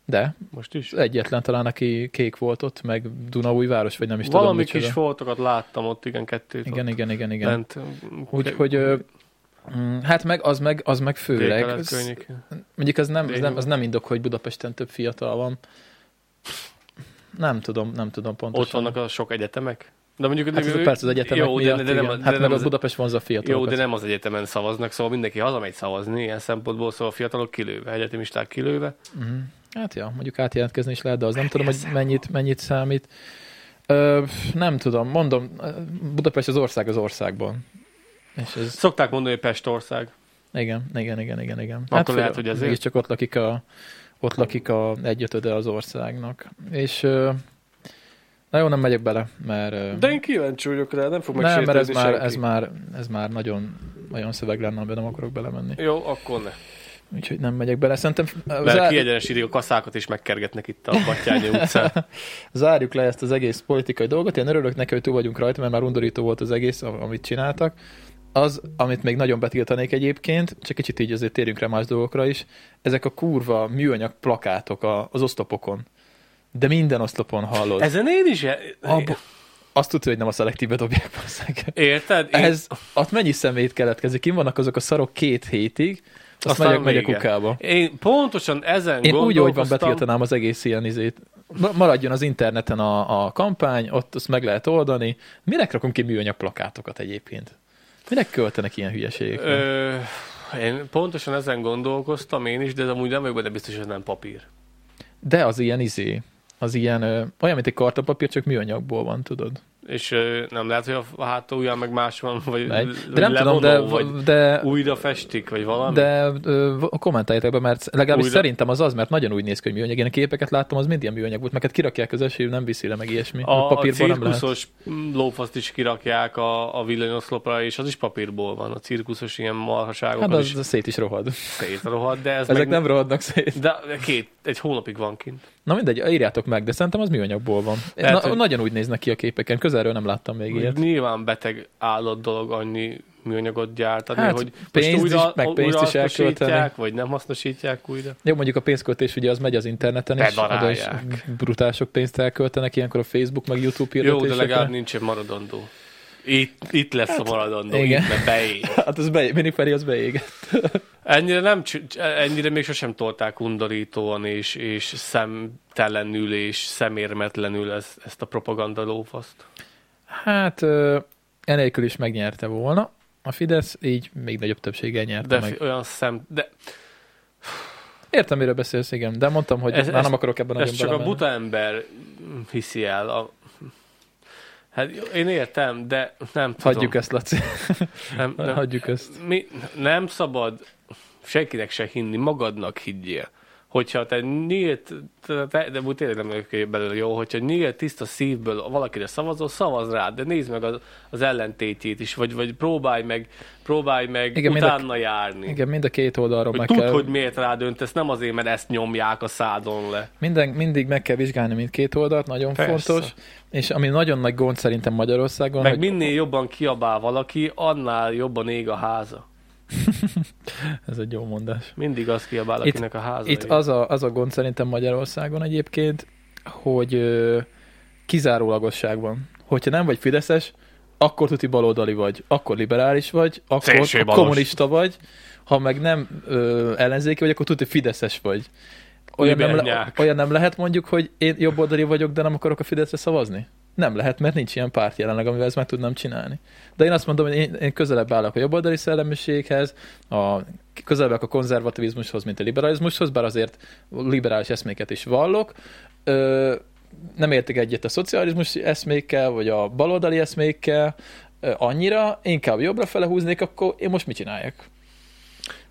Speaker 1: De
Speaker 2: Most is.
Speaker 1: egyetlen talán, aki kék volt ott, meg Dunaújváros, vagy nem is tudom.
Speaker 2: Valami
Speaker 1: micsoda.
Speaker 2: kis foltokat láttam ott, igen, kettőt.
Speaker 1: Igen,
Speaker 2: ott
Speaker 1: igen, igen, igen.
Speaker 2: Lent,
Speaker 1: Úgyhogy ö, mm, hát meg az meg, az meg főleg.
Speaker 2: Főleg.
Speaker 1: Ez- Mondjuk az nem, az
Speaker 2: Dél-
Speaker 1: nem, az nem indok, hogy Budapesten több fiatal van. Nem tudom, nem tudom pontosan.
Speaker 2: Ott vannak a sok egyetemek. De mondjuk
Speaker 1: Hát ez a perc az egyetemek
Speaker 2: jó,
Speaker 1: miatt,
Speaker 2: de, de,
Speaker 1: igen.
Speaker 2: nem,
Speaker 1: hát
Speaker 2: de
Speaker 1: meg
Speaker 2: nem
Speaker 1: a
Speaker 2: az,
Speaker 1: Budapest vonza a
Speaker 2: jó,
Speaker 1: fiatalokat.
Speaker 2: de nem az egyetemen szavaznak, szóval mindenki hazamegy szavazni, ilyen szempontból, szóval a fiatalok kilőve, egyetemisták kilőve.
Speaker 1: Mhm. Hát ja, mondjuk átjelentkezni is lehet, de az
Speaker 2: Hát
Speaker 1: nem tudom, hogy mennyit, mennyit számít. Ö, nem tudom, mondom, Budapest az ország az országban. És ez,
Speaker 2: Szokták mondani, hogy Pestország.
Speaker 1: igen, igen, igen, igen, igen.
Speaker 2: Attól lehet, hogy ezért.
Speaker 1: csak ott lakik a, ott lakik a egyötöde az országnak. És ö, na jó, nem megyek bele, mert... ö,
Speaker 2: De én kíváncsi vagyok rá, nem fog
Speaker 1: nem, mert ez
Speaker 2: megsértődni
Speaker 1: már,
Speaker 2: senki.
Speaker 1: ez, már, ez már nagyon olyan szöveg lenne, amiben nem akarok belemenni.
Speaker 2: Jó, akkor ne.
Speaker 1: Úgyhogy nem megyek bele. Szerintem ö,
Speaker 2: Mert
Speaker 1: zár-
Speaker 2: kiegyenesítik a kaszákat és megkergetnek itt a Battyányi utcán.
Speaker 1: [laughs] zárjuk le ezt az egész politikai dolgot. Én örülök neki, hogy túl vagyunk rajta, mert már undorító volt az egész, am- amit csináltak. Az, amit még nagyon betiltanék egyébként, csak kicsit így azért térjünk rá más dolgokra is, ezek a kurva műanyag plakátok a- az oszlopokon. De minden oszlopon hallod. Ez...
Speaker 2: Ezen én is...
Speaker 1: Abba... Azt tudja, hogy nem a szelektíve dobják basszák.
Speaker 2: Érted? Én...
Speaker 1: Ez, ott mennyi szemét keletkezik? Kim vannak azok a szarok két hétig, azt
Speaker 2: Aztán
Speaker 1: megyek, megyek
Speaker 2: vége.
Speaker 1: kukába.
Speaker 2: Én pontosan ezen
Speaker 1: Én úgy, hogy van
Speaker 2: gondolkoztam.
Speaker 1: betiltanám az egész ilyen izét. Ma- Maradjon az interneten a, a kampány, ott azt meg lehet oldani. Minek rakunk ki műanyag plakátokat egyébként? Minek költenek ilyen hülyeségekre?
Speaker 2: Ö, én pontosan ezen gondolkoztam én is, de ez amúgy nem vagyok benne biztos, hogy ez nem papír.
Speaker 1: De az ilyen izé, az ilyen, ö, olyan, mint egy kartonpapír, csak műanyagból van, tudod?
Speaker 2: És ö, nem lehet, hogy a hátulján meg más van, vagy
Speaker 1: Megy.
Speaker 2: vagy
Speaker 1: De nem tudom, de,
Speaker 2: levonó, vagy
Speaker 1: de,
Speaker 2: újra festik, vagy valami.
Speaker 1: de ö, v- kommentáljátok be, mert legalábbis
Speaker 2: Újra.
Speaker 1: szerintem az az, mert nagyon úgy néz ki, hogy műanyag. Én a képeket láttam, az mind ilyen műanyag volt, meg hát kirakják az eső, nem viszi le meg ilyesmi.
Speaker 2: a, a
Speaker 1: papírból nem lehet.
Speaker 2: cirkuszos lófaszt is kirakják a, a villanyoszlopra, és az is papírból van. A cirkuszos ilyen marhaságok,
Speaker 1: Hát
Speaker 2: az,
Speaker 1: az,
Speaker 2: is
Speaker 1: az szét is rohad.
Speaker 2: szétrohadt, de ez
Speaker 1: Ezek
Speaker 2: meg...
Speaker 1: nem rohadnak szét.
Speaker 2: De két, egy hónapig van kint.
Speaker 1: Na mindegy, írjátok meg, de szerintem az műanyagból van.
Speaker 2: Lehet,
Speaker 1: Na,
Speaker 2: hogy-
Speaker 1: Nagyon úgy néznek ki a képeken, közelről nem láttam még
Speaker 2: Hogy
Speaker 1: ilyet.
Speaker 2: Nyilván beteg állat dolog annyi műanyagot gyártani,
Speaker 1: Hát,
Speaker 2: hogy most
Speaker 1: pénzt is-
Speaker 2: újra,
Speaker 1: meg
Speaker 2: újra
Speaker 1: pénzt is
Speaker 2: hasznosítják,
Speaker 1: elkölteni.
Speaker 2: vagy nem hasznosítják újra.
Speaker 1: Jó, mondjuk a pénzköltés ugye az megy az interneten, és oda is
Speaker 2: Bedarálják.
Speaker 1: brutál sok pénzt elköltenek, ilyenkor a Facebook meg YouTube
Speaker 2: Jó,
Speaker 1: hirdetésekre.
Speaker 2: de legalább nincs egy maradandó. Itt, itt lesz a maradandó,
Speaker 1: Hát, igen.
Speaker 2: itt, mert beég.
Speaker 1: Hát az be, mindig Feri az beég.
Speaker 2: Ennyire, nem, cs- ennyire még sosem tolták undorítóan és, és szemtelenül és szemérmetlenül ezt, ezt a propaganda lófaszt.
Speaker 1: Hát ö, enélkül is megnyerte volna. A Fidesz így még nagyobb többséggel nyerte
Speaker 2: De
Speaker 1: meg.
Speaker 2: fi- olyan szem... De
Speaker 1: Értem, miről beszélsz, igen, de mondtam, hogy
Speaker 2: Ez-
Speaker 1: ez, már
Speaker 2: ez-
Speaker 1: nem akarok ebben nagyon
Speaker 2: ezt csak a
Speaker 1: belemenni.
Speaker 2: buta ember hiszi el. A... Hát jó, én értem, de nem tudom.
Speaker 1: Hagyjuk ezt, Laci.
Speaker 2: nem, nem,
Speaker 1: Hagyjuk ezt.
Speaker 2: mi, nem szabad senkinek se hinni, magadnak higgyél. Hogyha te nyílt, te, te- de úgy tényleg nem vagyok belőle jó, hogyha nyílt tiszta szívből valakire szavazol, szavaz rád, de nézd meg az, az ellentétjét is, vagy, vagy próbálj meg, próbálj meg
Speaker 1: Igen,
Speaker 2: Igen,
Speaker 1: mind a-
Speaker 2: utána járni. Igen,
Speaker 1: Igen, mind a két oldalról
Speaker 2: hogy
Speaker 1: meg
Speaker 2: tudd,
Speaker 1: kell.
Speaker 2: hogy miért rád öntesz, nem azért, mert ezt nyomják a szádon le.
Speaker 1: Minden, mindig meg kell vizsgálni mindkét oldalt, nagyon
Speaker 2: Persze.
Speaker 1: fontos. És ami nagyon nagy gond szerintem Magyarországon,
Speaker 2: Meg
Speaker 1: hogy
Speaker 2: minél jobban kiabál valaki, annál jobban ég a háza.
Speaker 1: ez egy jó mondás.
Speaker 2: Mindig az kiabál,
Speaker 1: Itt-
Speaker 2: akinek a háza
Speaker 1: Itt
Speaker 2: ég.
Speaker 1: az a, az a gond szerintem Magyarországon egyébként, hogy ö, kizárólagosság van. Hogyha nem vagy fideszes, akkor tuti baloldali vagy, akkor liberális vagy, akkor
Speaker 2: Szélsőbalos.
Speaker 1: kommunista vagy, ha meg nem ö, ellenzéki vagy, akkor tuti fideszes vagy. Olyan nem, le,
Speaker 2: Libernyák.
Speaker 1: olyan nem lehet mondjuk, hogy én jobboldali vagyok, de nem akarok a Fideszre szavazni? Nem lehet, mert nincs ilyen párt jelenleg, amivel ezt meg tudnám csinálni. De én azt mondom, hogy én, én közelebb állok a jobboldali szellemiséghez, a, közelebb állok a konzervativizmushoz, mint a liberalizmushoz, bár azért liberális eszméket is vallok. Ö, nem értek egyet a szocializmus eszmékkel, vagy a baloldali eszmékkel ö, annyira, inkább jobbra fele húznék, akkor én most mit csináljak?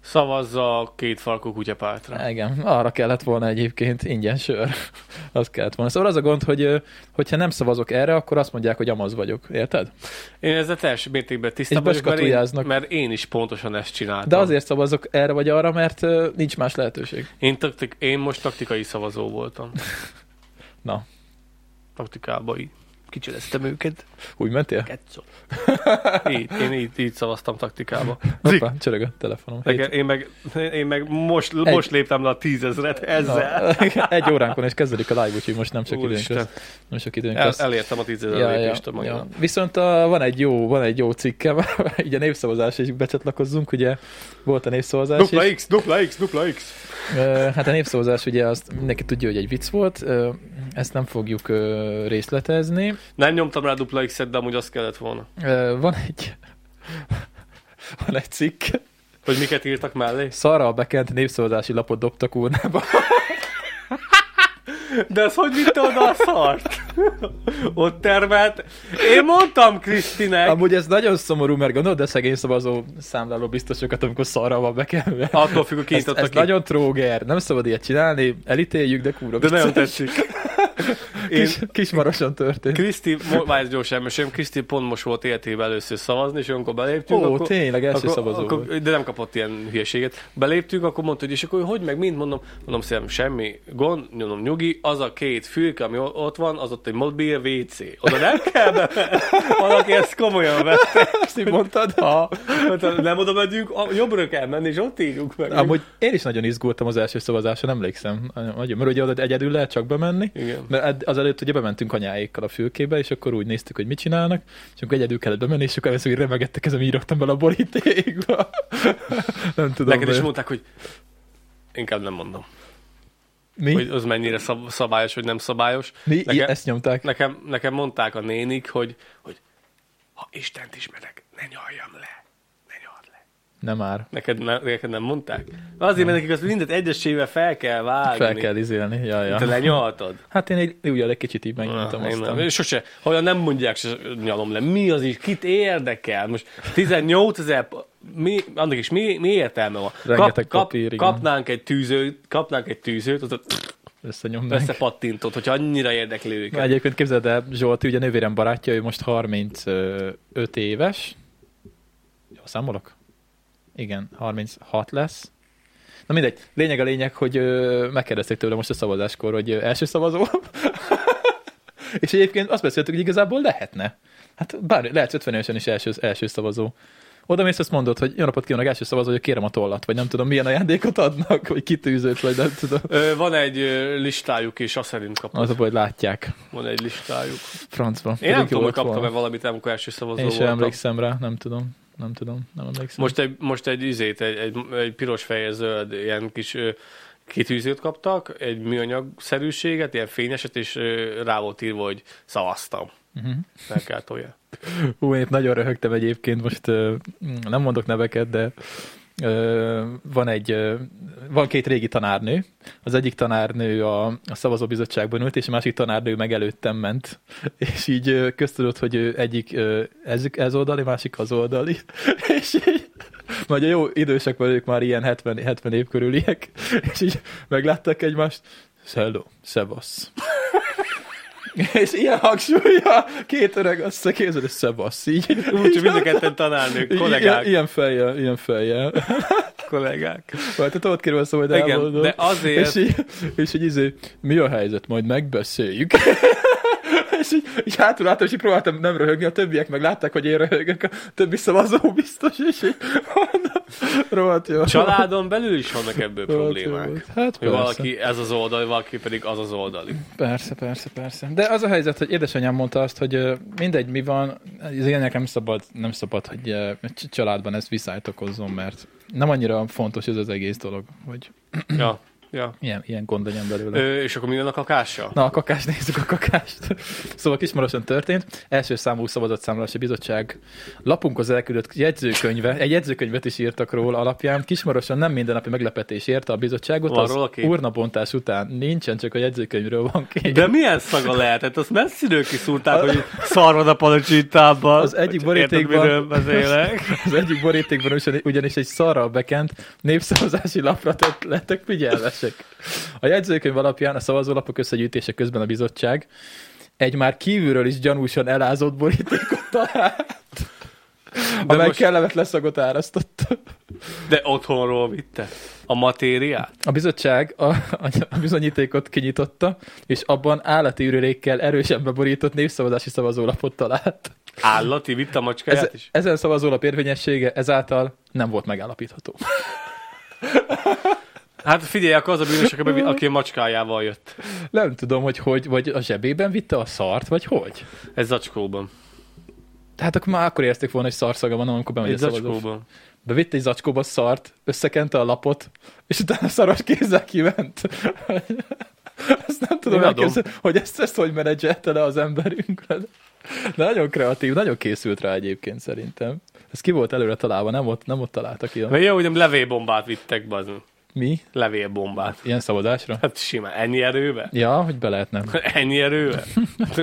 Speaker 2: Szavazz a két farkú kutyapártra.
Speaker 1: Igen, arra kellett volna egyébként ingyen sör. [laughs] Az kellett volna. Szóval az a gond, hogy ö, hogyha nem szavazok erre, akkor azt mondják, hogy amaz vagyok. Érted?
Speaker 2: Hát Én ezzel teljes mértékben tisztában
Speaker 1: És
Speaker 2: vagyok, mert én,
Speaker 1: beskatujáznak.
Speaker 2: mert én is pontosan ezt csináltam.
Speaker 1: De azért szavazok erre vagy arra, mert ö, nincs más lehetőség.
Speaker 2: Én, taktik, én most taktikai szavazó voltam.
Speaker 1: [laughs] Na.
Speaker 2: Taktikába így. Kicsöleztem őket.
Speaker 1: Úgy mentél?
Speaker 2: Ketszol. Így, én így, így szavaztam taktikába. Zik.
Speaker 1: [laughs] Hoppá, csörög a telefonom.
Speaker 2: Nekem- Én meg, én meg most, most léptem le a tízezret ezzel.
Speaker 1: Na, egy óránkon és kezdődik a live, úgyhogy most nem sok időnk
Speaker 2: Úristen.
Speaker 1: lesz. Nem sok időnk
Speaker 2: El,
Speaker 1: lesz.
Speaker 2: elértem a tízezer ja, lépést a ja.
Speaker 1: Viszont a, van egy jó, van egy jó cikkem, [laughs] így a népszavazás, és becsatlakozzunk, ugye volt a népszavazás. is.
Speaker 2: Dupla X, dupla X, dupla X.
Speaker 1: Ö, Hát a népszavazás ugye azt mindenki tudja, hogy egy vicc volt, ö, ezt nem fogjuk ö, részletezni.
Speaker 2: Nem nyomtam rá dupla X-et, de amúgy azt kellett volna.
Speaker 1: Ö, Van egy van egy cikk.
Speaker 2: Hogy miket írtak mellé?
Speaker 1: Szarra a bekent népszavazási lapot dobtak urnába.
Speaker 2: De ez hogy vitte oda a szart? Ott termelt. Én mondtam Krisztinek.
Speaker 1: Amúgy ez nagyon szomorú, mert gondolod, de szegény szavazó számláló biztosokat, amikor szarra van bekenve.
Speaker 2: Attól függ, hogy
Speaker 1: Ez,
Speaker 2: kinyitotta
Speaker 1: ez
Speaker 2: ki.
Speaker 1: nagyon tróger, nem szabad ilyet csinálni, elítéljük, de kúra.
Speaker 2: De nagyon
Speaker 1: vicces.
Speaker 2: tetszik. Én
Speaker 1: Kis, kismarosan történt.
Speaker 2: Kriszti, mo- várj, gyorsan mesélem, Kriszti pont most volt életében először szavazni, és amikor beléptünk,
Speaker 1: Ó,
Speaker 2: akkor,
Speaker 1: tényleg, első
Speaker 2: akkor,
Speaker 1: szavazó
Speaker 2: akkor,
Speaker 1: volt.
Speaker 2: De nem kapott ilyen hülyeséget. Beléptünk, akkor mondta, hogy és akkor hogy meg mind, mondom, mondom szem, semmi gond, nyomom nyugi, az a két fülke, ami o- ott van, az ott egy mobil WC. Oda nem kell be, valaki ezt komolyan vette.
Speaker 1: Ezt így mondtad? Ha.
Speaker 2: Mondta, Nem oda megyünk, a- jobbra kell menni, és ott írjuk meg.
Speaker 1: Amúgy én is nagyon izgultam az első szavazáson, emlékszem. Nagyon, mert ugye oda egyedül lehet csak bemenni.
Speaker 2: Igen.
Speaker 1: Mert ed- azelőtt ugye bementünk anyáékkal a fülkébe, és akkor úgy néztük, hogy mit csinálnak, és akkor egyedül kellett bemenni, és akkor először így remegettek, ezem így raktam bele a borítékba. [laughs] Nem tudom.
Speaker 2: Neked is
Speaker 1: hogy-
Speaker 2: mondták, hogy inkább nem mondom,
Speaker 1: mi?
Speaker 2: hogy az mennyire szab- szabályos, vagy nem szabályos.
Speaker 1: mi?
Speaker 2: Nekem-
Speaker 1: Nekem... Ezt nyomták.
Speaker 2: Nekem, nekem mondták a nénik, hogy, hogy ha Istent ismerek, ne nyaljam le. Ne nyald le.
Speaker 1: Nem már.
Speaker 2: Neked, ne, neked nem mondták? Azért, mert nekik azt mindent egyesével fel kell vágni.
Speaker 1: Fel kell izélni. Ja,
Speaker 2: Te
Speaker 1: ja.
Speaker 2: lenyaltad.
Speaker 1: Hát én egy, ugye egy kicsit így megnyomtam
Speaker 2: Ah, én
Speaker 1: aztán.
Speaker 2: nem. Én Sose, ha olyan nem mondják, se nyalom le. Mi az is? Kit érdekel? Most 18 ezer, mi, annak is mi, mi értelme van?
Speaker 1: Rengeteg papír, igen.
Speaker 2: kapnánk egy tűzőt, kapnánk egy tűzőt, az
Speaker 1: Összenyomták.
Speaker 2: összepattintott, hogyha annyira érdekli őket.
Speaker 1: Na, egyébként képzeld el, Zsolti, ugye nővérem barátja, ő most 35 éves. Jól számolok? Igen, 36 lesz. Na mindegy, lényeg a lényeg, hogy ö, megkérdezték tőle most a szavazáskor, hogy ö, első szavazó. [laughs] és egyébként azt beszéltük, hogy igazából lehetne. Hát bár lehet 50 évesen is első, első szavazó. Oda mész, azt mondod, hogy jó napot kívánok, első szavazó, hogy kérem a tollat, vagy nem tudom, milyen ajándékot adnak, vagy kitűzőt, vagy nem tudom.
Speaker 2: Ö, Van egy ö, listájuk, és azt szerint kapod.
Speaker 1: Az a baj, hogy látják.
Speaker 2: Van egy listájuk.
Speaker 1: Francba.
Speaker 2: Én nem
Speaker 1: Pedig
Speaker 2: tudom,
Speaker 1: jó
Speaker 2: hogy
Speaker 1: lett volna.
Speaker 2: kaptam-e valamit, amikor első szavazó
Speaker 1: Én sem
Speaker 2: voltam.
Speaker 1: emlékszem rá, nem tudom. Nem tudom, nem emlékszem.
Speaker 2: Most egy, most egy izét, egy, egy, egy piros fehér zöld ilyen kis ö, kitűzőt kaptak, egy műanyagszerűséget, ilyen fényeset, és ö, rá volt írva, hogy szavaztam.
Speaker 1: uh-huh.
Speaker 2: Felkátolja.
Speaker 1: Hú, én itt nagyon röhögtem egyébként, most ö, nem mondok neveket, de ö, van egy, ö, van két régi tanárnő. Az egyik tanárnő a, a szavazóbizottságban ült, és a másik tanárnő meg előttem ment. [laughs] És így ö, köztudott, hogy ő egyik ö, ez, ez oldali, másik az oldali. [laughs] És így, majd a jó idősek vagy ők már ilyen 70, 70 év körüliek, [laughs] és így megláttak egymást. Hello, szevasz. [laughs] És ilyen hangsúlya, két öreg azt képzeld, hogy szevasz, így.
Speaker 2: [laughs] Úgyhogy mind a ketten tanárnők, kollégák.
Speaker 1: Ilyen, ilyen fejjel, ilyen fejjel.
Speaker 2: kollégák.
Speaker 1: Vagy te tudod kérdezni, hogy
Speaker 2: Igen,
Speaker 1: elmondom.
Speaker 2: de
Speaker 1: És
Speaker 2: azért,
Speaker 1: így, és így izé, mi a helyzet, majd megbeszéljük. [laughs] és így, így hátul láttam, és így próbáltam nem röhögni, a többiek meg látták, hogy én röhögök, a többi szavazó biztos, és így [laughs] mondom, rohadt jó.
Speaker 2: családon belül is vannak [laughs] ebből
Speaker 1: Rohadt jó
Speaker 2: problémák.
Speaker 1: volt. Hát persze,
Speaker 2: Hogy
Speaker 1: valaki...
Speaker 2: valaki ez az oldali, valaki pedig az az oldali.
Speaker 1: persze, persze, persze. De az a helyzet, hogy édesanyám mondta azt, hogy ö, mindegy, mi van, az ilyenek nem szabad, nem szabad, hogy ö, c- családban ez viszályt okozzon, mert nem annyira fontos ez az egész dolog, hogy
Speaker 2: Ja, ja.
Speaker 1: ilyen, ilyen gond legyen belőle.
Speaker 2: Ö, és akkor minden a kakással?
Speaker 1: Na, a kakást nézzük a kakást. Szóval Kismaroson történt. Első számú szavazatszámlási bizottság lapunkhoz elküldött jegyzőkönyve, egy jegyzőkönyvet is írtak róla alapján. Kismaroson nem mindennapi meglepetés érte a bizottságot.
Speaker 2: Van
Speaker 1: az
Speaker 2: róla kép?
Speaker 1: urnabontás után nincsen, csak a jegyzőkönyvről van kép.
Speaker 2: De milyen szaga lehetett? Azt messziről kiszúrták, hogy szarvad a palacsintában.
Speaker 1: Az egyik
Speaker 2: Hogy érted,
Speaker 1: borítékban-
Speaker 2: miről beszélek.
Speaker 1: Az egyik borítékban ugyan- ugyanis egy szarral bekent népszavazási lapra tett, lettek figyelmesek. A jegyzőkönyv alapján a szavazólapok összegyűjtése közben a bizottság egy már kívülről is gyanúsan elázott borítékot talált,
Speaker 2: De,
Speaker 1: amely
Speaker 2: most,
Speaker 1: kellemetlen szagot árasztott.
Speaker 2: [laughs] de otthonról vitte a matériát.
Speaker 1: A bizottság a, a, a bizonyítékot kinyitotta, és abban állati ürülékkel erősen beborított népszavazási szavazólapot talált.
Speaker 2: Állati, vitte a macskáját
Speaker 1: Ez,
Speaker 2: is.
Speaker 1: ezen szavazólap érvényessége ezáltal nem volt megállapítható.
Speaker 2: Hát figyelj, akkor az a bűnös, aki bevi- aki a macskájával jött.
Speaker 1: Nem tudom, hogy hogy, vagy a zsebében vitte a szart, vagy hogy.
Speaker 2: Ez zacskóban.
Speaker 1: Tehát akkor már akkor érezték volna, hogy szarszaga van, amikor bemegy
Speaker 2: Egy
Speaker 1: a szavazó.
Speaker 2: zacskóban.
Speaker 1: Bevitte egy zacskóba szart, összekente a lapot, és utána szaros kézzel kiment. [laughs] Ezt nem tudom
Speaker 2: Én adom.
Speaker 1: elképzelni, hogy ezt, ezt hogy menedzselte le az emberünk. De nagyon kreatív, nagyon készült rá egyébként szerintem. Ez ki volt előre találva, nem ott, nem ott találta ki. A...
Speaker 2: Mert jó, hogy nem levélbombát vittek, bazen.
Speaker 1: Mi?
Speaker 2: Levélbombát.
Speaker 1: Ilyen szavazásra?
Speaker 2: Hát simán. Ennyi erővel? [laughs]
Speaker 1: Ja, hogy be lehetne.
Speaker 2: Ennyi erővel? Hát,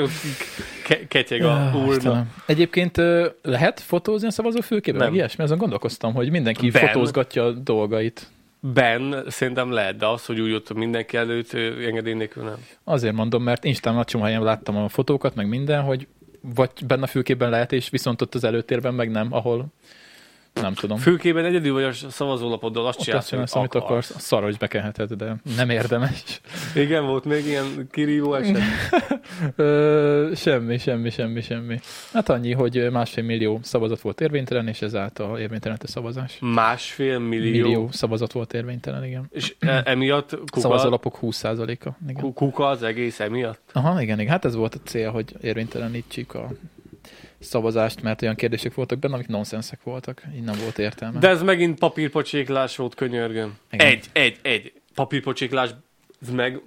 Speaker 2: Ke- ketyeg a
Speaker 1: Ah,
Speaker 2: urna.
Speaker 1: Istenem. Egyébként ö, lehet fotózni a szavazófülkében?
Speaker 2: Nem.
Speaker 1: Nem. Ilyesmi, azon gondolkoztam, hogy mindenki
Speaker 2: Ben.
Speaker 1: ben. fotózgatja a dolgait.
Speaker 2: Ben szerintem lehet, de az, hogy úgy ott mindenki előtt ö, engedély nélkül nem.
Speaker 1: Azért mondom, mert Instán nagy csomó helyen láttam a fotókat, meg minden, hogy vagy benne a fülkében lehet, és viszont ott az előtérben meg nem, ahol nem tudom.
Speaker 2: Fülkében egyedül vagy a szavazólapoddal, azt
Speaker 1: Ott
Speaker 2: csinálsz,
Speaker 1: azt csinálsz, amit akarsz, A szarra is bekenheted, de nem érdemes.
Speaker 2: Igen, volt még ilyen kirívó eset.
Speaker 1: Ö, semmi, semmi, semmi, semmi. Hát annyi, hogy másfél millió szavazat volt érvénytelen, és ezáltal érvénytelen lett a szavazás.
Speaker 2: Másfél millió.
Speaker 1: Millió szavazat volt érvénytelen, igen.
Speaker 2: És e- emiatt kuka,
Speaker 1: Szavazólapok 20%-a. Igen.
Speaker 2: ku- kuka az egész emiatt.
Speaker 1: Aha, igen, igen. Hát ez volt a cél, hogy érvénytelenítsük a szavazást, mert olyan kérdések voltak benne, amik nonsensek voltak, így nem volt értelme.
Speaker 2: De ez megint papírpocséklás volt, könyörgöm.
Speaker 1: Igen.
Speaker 2: Egy, egy, egy. Papírpocséklás, ez meg,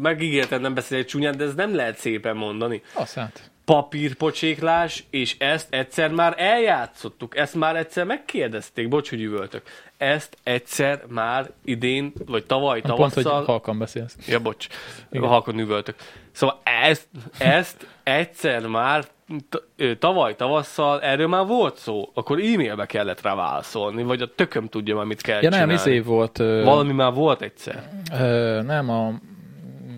Speaker 2: megígérted, nem beszélek csúnyán, de ez nem lehet szépen mondani.
Speaker 1: Azt hát.
Speaker 2: papírpocséklás, és ezt egyszer már eljátszottuk, ezt már egyszer megkérdezték, bocs, hogy üvöltök. Ezt egyszer már idén, vagy tavaly,
Speaker 1: Na, pont, hogy
Speaker 2: tavasszal...
Speaker 1: halkan beszélsz.
Speaker 2: Ja, bocs,
Speaker 1: Igen.
Speaker 2: halkan üvöltök. Szóval ezt, ezt egyszer már t- ö, tavaly tavasszal erről már volt szó, akkor e-mailbe kellett rá válaszolni, vagy a tököm tudja már, mit kell
Speaker 1: Ja nem,
Speaker 2: csinálni.
Speaker 1: izé volt, ö,
Speaker 2: Valami már volt egyszer.
Speaker 1: ö, nem a,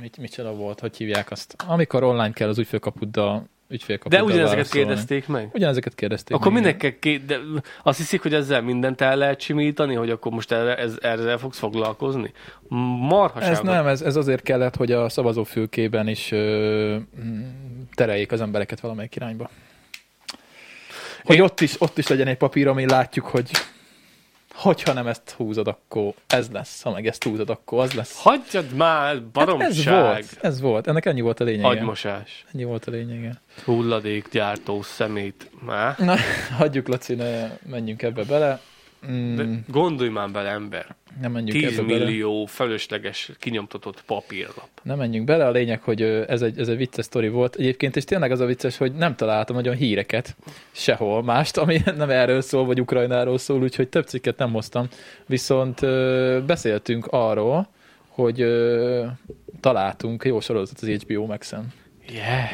Speaker 1: mit, micsoda volt, hogy hívják azt. Amikor online kell az ügyfőkapuddal ügyfélkaput
Speaker 2: De ugyanezeket kérdezték meg.
Speaker 1: Ugyanezeket kérdezték.
Speaker 2: Akkor
Speaker 1: még, igen.
Speaker 2: mindenki, ké- de azt hiszik, hogy ezzel mindent el lehet simítani, hogy akkor most erre, ez, ezzel fogsz foglalkozni? Marhaságot.
Speaker 1: Ez nem, ez, ez azért kellett, hogy a szavazófülkében is ö, mm, tereljék az embereket valamelyik irányba. Hogy ott is, ott is legyen egy papír, ami látjuk, hogy hogyha nem ezt húzod, akkor ez lesz, ha meg ezt húzod, akkor az lesz.
Speaker 2: Hagyjad már,
Speaker 1: Hát ez
Speaker 2: baromság!
Speaker 1: volt, ez volt, ennek ennyi volt a lényege.
Speaker 2: Agymosás,
Speaker 1: Ennyi volt a lényege.
Speaker 2: hulladékgyártó, szemét. Má?
Speaker 1: Na, [laughs] hagyjuk Laci, ne menjünk ebbe bele. Mm,
Speaker 2: De gondolj már bele, ember.
Speaker 1: nem menjünk
Speaker 2: 10
Speaker 1: ebbe bele.
Speaker 2: millió fölösleges kinyomtatott papírlap.
Speaker 1: Nem menjünk bele, a lényeg, hogy ö, ez egy, ez egy vicces sztori volt. Egyébként, és tényleg az a vicces, hogy nem találtam nagyon híreket sehol mást, ami [laughs] nem erről szól, vagy Ukrajnáról szól, úgyhogy több cikket nem hoztam. Viszont ö, beszéltünk arról, hogy ö, találtunk jó sorozatot az HBO Max-en.
Speaker 2: Yeah.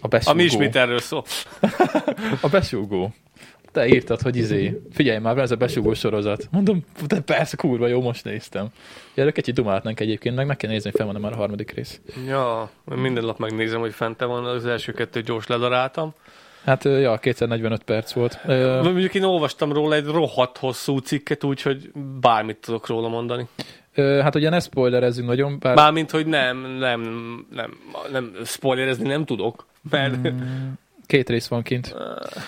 Speaker 1: A besúgó.
Speaker 2: Ami ismét erről szól.
Speaker 1: A besúgó. Te írtad, hogy izé, figyelj már, ez a besúgó sorozat. Mondom, de persze, kurva jó, most néztem. Erről kicsit dumálhatnánk egyébként, meg meg kell nézni, fel van már a harmadik rész.
Speaker 2: Ja, minden nap megnézem, hogy fente van, az első kettő gyors ledaráltam.
Speaker 1: Hát, ö, ja, 245 perc volt. Ö,
Speaker 2: Vagy Mondjuk én olvastam róla egy rohadt hosszú cikket, úgyhogy bármit tudok róla mondani.
Speaker 1: Ö, hát ugye ne spoilerezzünk nagyon, bár, bár...
Speaker 2: Bármint, hogy nem, nem, nem, nem, spoilerezni nem tudok,
Speaker 1: Mm.
Speaker 2: mert
Speaker 1: két rész van kint.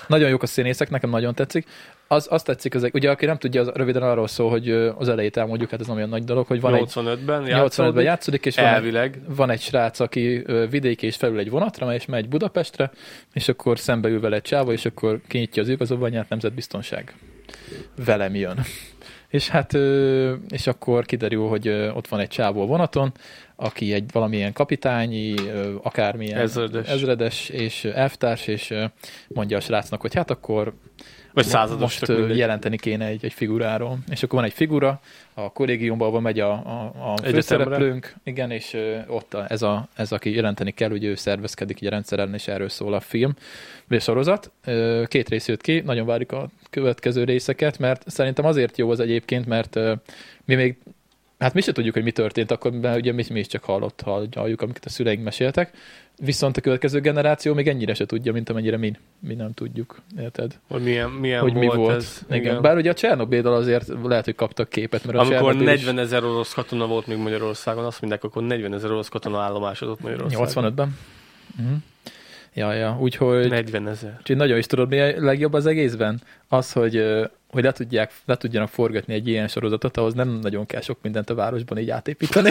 Speaker 1: Nagyon jók a színészek, nekem nagyon tetszik. Az, azt tetszik, ezek, ugye aki nem tudja, az röviden arról szól, hogy ö, az elejét elmondjuk, hát ez nem olyan nagy dolog, hogy van
Speaker 2: 85-ben
Speaker 1: egy hát 85-ben
Speaker 2: játszódik.
Speaker 1: játszódik, és van egy,
Speaker 2: Elvileg.
Speaker 1: van egy srác, aki ö, vidéki és felül egy vonatra, és megy Budapestre, és akkor szembe ül vele egy csáva, és akkor kinyitja az igazolványát, nemzetbiztonság. Velem jön. És hát, ö, és akkor kiderül, hogy ö, ott van egy csávó a vonaton, aki egy valamilyen kapitányi, ö, akármilyen
Speaker 2: Ezredes.
Speaker 1: ezredes és ö, elvtárs, és ö, mondja a srácnak, hogy hát akkor mo-
Speaker 2: Vagy százados,
Speaker 1: most
Speaker 2: tök
Speaker 1: ö,
Speaker 2: mindegy.
Speaker 1: jelenteni kéne egy, egy figuráról. És akkor van egy figura, a kollégiumban, ahol megy a, a, a
Speaker 2: Egyetemre.
Speaker 1: főszereplőnk, igen, és ö, ott a, ez, a, ez, aki jelenteni kell, hogy ő szervezkedik így a rendszer ellen, és erről szól a film, vagy a sorozat. Ö, Két rész jött ki, nagyon várjuk a következő részeket, mert szerintem azért jó az egyébként, mert ö, mi még Hát mi se tudjuk, hogy mi történt akkor, mert ugye mi, mi is csak hallott, halljuk, amiket a szüleink meséltek, viszont a következő generáció még ennyire se tudja, mint amennyire mi, mi nem tudjuk, érted?
Speaker 2: Hogy milyen, milyen
Speaker 1: hogy
Speaker 2: volt
Speaker 1: mi volt.
Speaker 2: ez.
Speaker 1: igen. igen. Bár ugye a Csernobédal azért lehet, hogy kaptak képet, mert a
Speaker 2: Amikor
Speaker 1: Csernobil is
Speaker 2: 40 ezer orosz katona volt még Magyarországon, azt mondják, akkor 40 ezer orosz katona állomásodott Magyarországon.
Speaker 1: 85-ben. Mhm. Ja, ja, úgyhogy,
Speaker 2: 40 ezer.
Speaker 1: úgyhogy nagyon is tudod, mi a legjobb az egészben? Az, hogy, ö, hogy le, tudják, le tudjanak forgatni egy ilyen sorozatot, ahhoz nem nagyon kell sok mindent a városban így
Speaker 2: [laughs]
Speaker 1: átépíteni.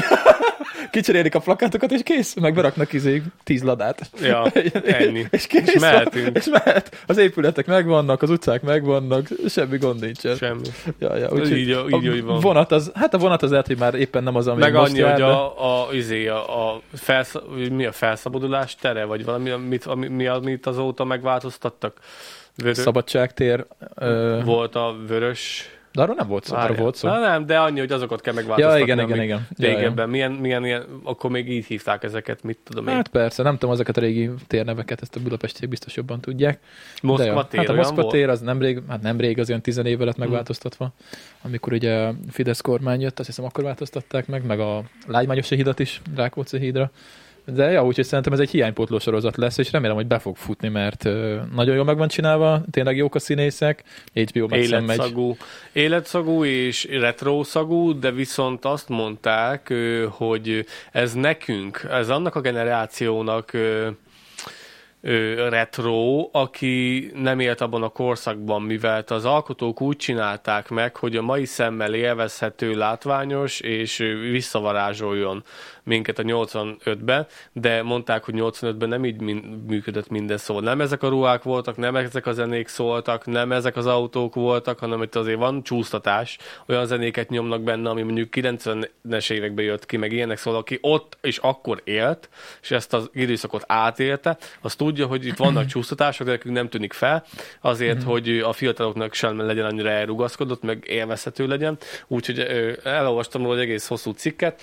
Speaker 1: Kicserélik a plakátokat, és kész, meg beraknak izé tíz ladát.
Speaker 2: Ja,
Speaker 1: [laughs]
Speaker 2: ennyi.
Speaker 1: És kész.
Speaker 2: És mehetünk.
Speaker 1: És mehet. Az épületek megvannak, az utcák megvannak, semmi gond nincsen.
Speaker 2: Semmi.
Speaker 1: Ja, ja, úgyhogy
Speaker 2: Így- így, így van.
Speaker 1: Vonat az, hát a vonat az lehet, hogy már éppen nem az, ami
Speaker 2: Meg
Speaker 1: most
Speaker 2: annyi,
Speaker 1: jár,
Speaker 2: hogy
Speaker 1: de-
Speaker 2: a, a, izé, a, a felsz, mi a felszabadulás tere, vagy valami, amit, ami, mi, amit azóta megváltoztattak. Vörö,
Speaker 1: Szabadságtér. Ö,
Speaker 2: volt a vörös...
Speaker 1: de arról nem volt szó, arról
Speaker 2: Várjál.
Speaker 1: volt szó.
Speaker 2: Na, nem, de annyi, hogy azokat kell
Speaker 1: Ja,
Speaker 2: megváltoztatni.
Speaker 1: igen,
Speaker 2: amik
Speaker 1: igen, igen. Ja,
Speaker 2: Régebben, Milyen, milyen, ilyen, akkor még így hívták ezeket, mit tudom
Speaker 1: ja.
Speaker 2: én.
Speaker 1: Hát persze, nem tudom, azokat a régi térneveket, ezt a budapestiek biztos jobban tudják. De jó.
Speaker 2: Moszkva tér,
Speaker 1: hát a
Speaker 2: olyan
Speaker 1: Moszkva
Speaker 2: volt?
Speaker 1: tér az nemrég, hát nemrég, az olyan 10 év lett megváltoztatva, amikor ugye a Fidesz kormány jött, azt hiszem akkor változtatták meg, meg a Lágymányosi hidat is, Rákóczi hídra. De ja, úgyhogy szerintem ez egy hiánypótló sorozat lesz, és remélem, hogy be fog futni, mert ö, nagyon jól meg van csinálva, tényleg jók a színészek, HBO max megy.
Speaker 2: Életszagú, életszagú és retrószagú, de viszont azt mondták, ö, hogy ez nekünk, ez annak a generációnak ö, ö, retro, aki nem élt abban a korszakban, mivel az alkotók úgy csinálták meg, hogy a mai szemmel élvezhető, látványos, és ö, visszavarázsoljon minket a 85-ben, de mondták, hogy 85-ben nem így min- működött minden szó. Nem ezek a ruhák voltak, nem ezek a zenék szóltak, nem ezek az autók voltak, hanem itt azért van csúsztatás, olyan zenéket nyomnak benne, ami mondjuk 90-es években jött ki, meg ilyenek szól, aki ott és akkor élt, és ezt az időszakot átélte, az tudja, hogy itt vannak csúsztatások, de nekünk nem tűnik fel, azért, hogy a fiataloknak sem legyen annyira elrugaszkodott, meg élvezhető legyen. Úgyhogy ö, elolvastam róla egy egész hosszú cikket,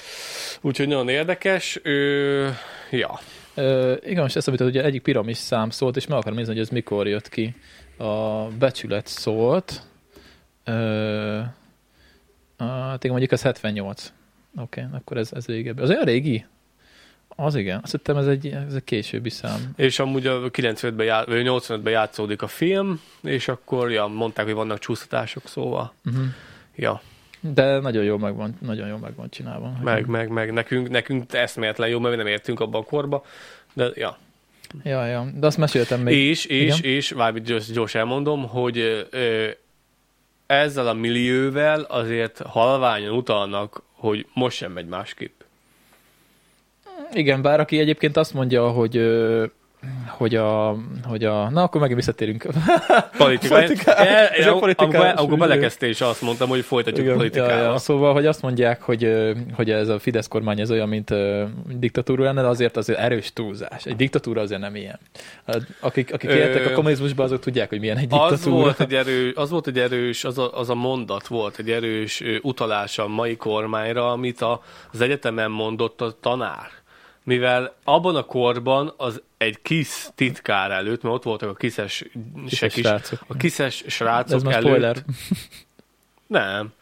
Speaker 2: úgyhogy nagyon érdekes. Ö, ja.
Speaker 1: Ö, igen, most eszembe jutott, ugye egyik piramis szám szólt, és meg akarom nézni, hogy ez mikor jött ki. A becsület szólt. Ö, a, hát igen, mondjuk az 78. Oké, okay, akkor ez, ez régebbi. Az olyan régi? Az igen. Azt hittem ez egy, ez egy későbbi szám.
Speaker 2: És amúgy a 95-ben, já- vagy 85-ben játszódik a film, és akkor ja, mondták, hogy vannak csúsztatások, szóval.
Speaker 1: Uh-huh.
Speaker 2: Ja,
Speaker 1: De nagyon jól meg van, nagyon jól meg van csinálva.
Speaker 2: meg, meg, meg. Nekünk, nekünk eszméletlen jó, mert mi nem értünk abban a korba. De ja,
Speaker 1: Ja, ja. De azt meséltem még.
Speaker 2: És, és,
Speaker 1: Igen.
Speaker 2: és, várj, gyors, gyors elmondom, hogy ö, ö, ezzel a millióvel azért halványan utalnak, hogy most sem megy másképp.
Speaker 1: Igen, bár aki egyébként azt mondja, hogy ö, hogy a, hogy a... Na, akkor megint visszatérünk.
Speaker 2: Politikai. E,
Speaker 1: Politiká- és a politikás
Speaker 2: Amikor, amikor
Speaker 1: ügy.
Speaker 2: belekezdtél, és azt mondtam, hogy folytatjuk
Speaker 1: ja, ja.
Speaker 2: politikára.
Speaker 1: Szóval, hogy azt mondják, hogy, ö, hogy ez a Fidesz kormány ez olyan, mint ö, diktatúra lenne, de azért azért erős túlzás. Egy diktatúra azért nem ilyen. Hát, Akik, akik
Speaker 2: Ö,
Speaker 1: éltek a kommunizmusba, azok tudják, hogy milyen egy
Speaker 2: Az
Speaker 1: diktatúra.
Speaker 2: volt egy erős, az volt egy erős, az a, az a mondat volt egy erős ö, utalása a mai kormányra, amit a, az egyetemen mondott a tanár. Mivel abban a korban az egy kis titkár előtt, mert ott voltak a kiszes,
Speaker 1: Kiszes
Speaker 2: is,
Speaker 1: srácok.
Speaker 2: a
Speaker 1: [laughs]
Speaker 2: kiszes
Speaker 1: Ez
Speaker 2: srácok
Speaker 1: már
Speaker 2: előtt.
Speaker 1: spoiler.
Speaker 2: Nem.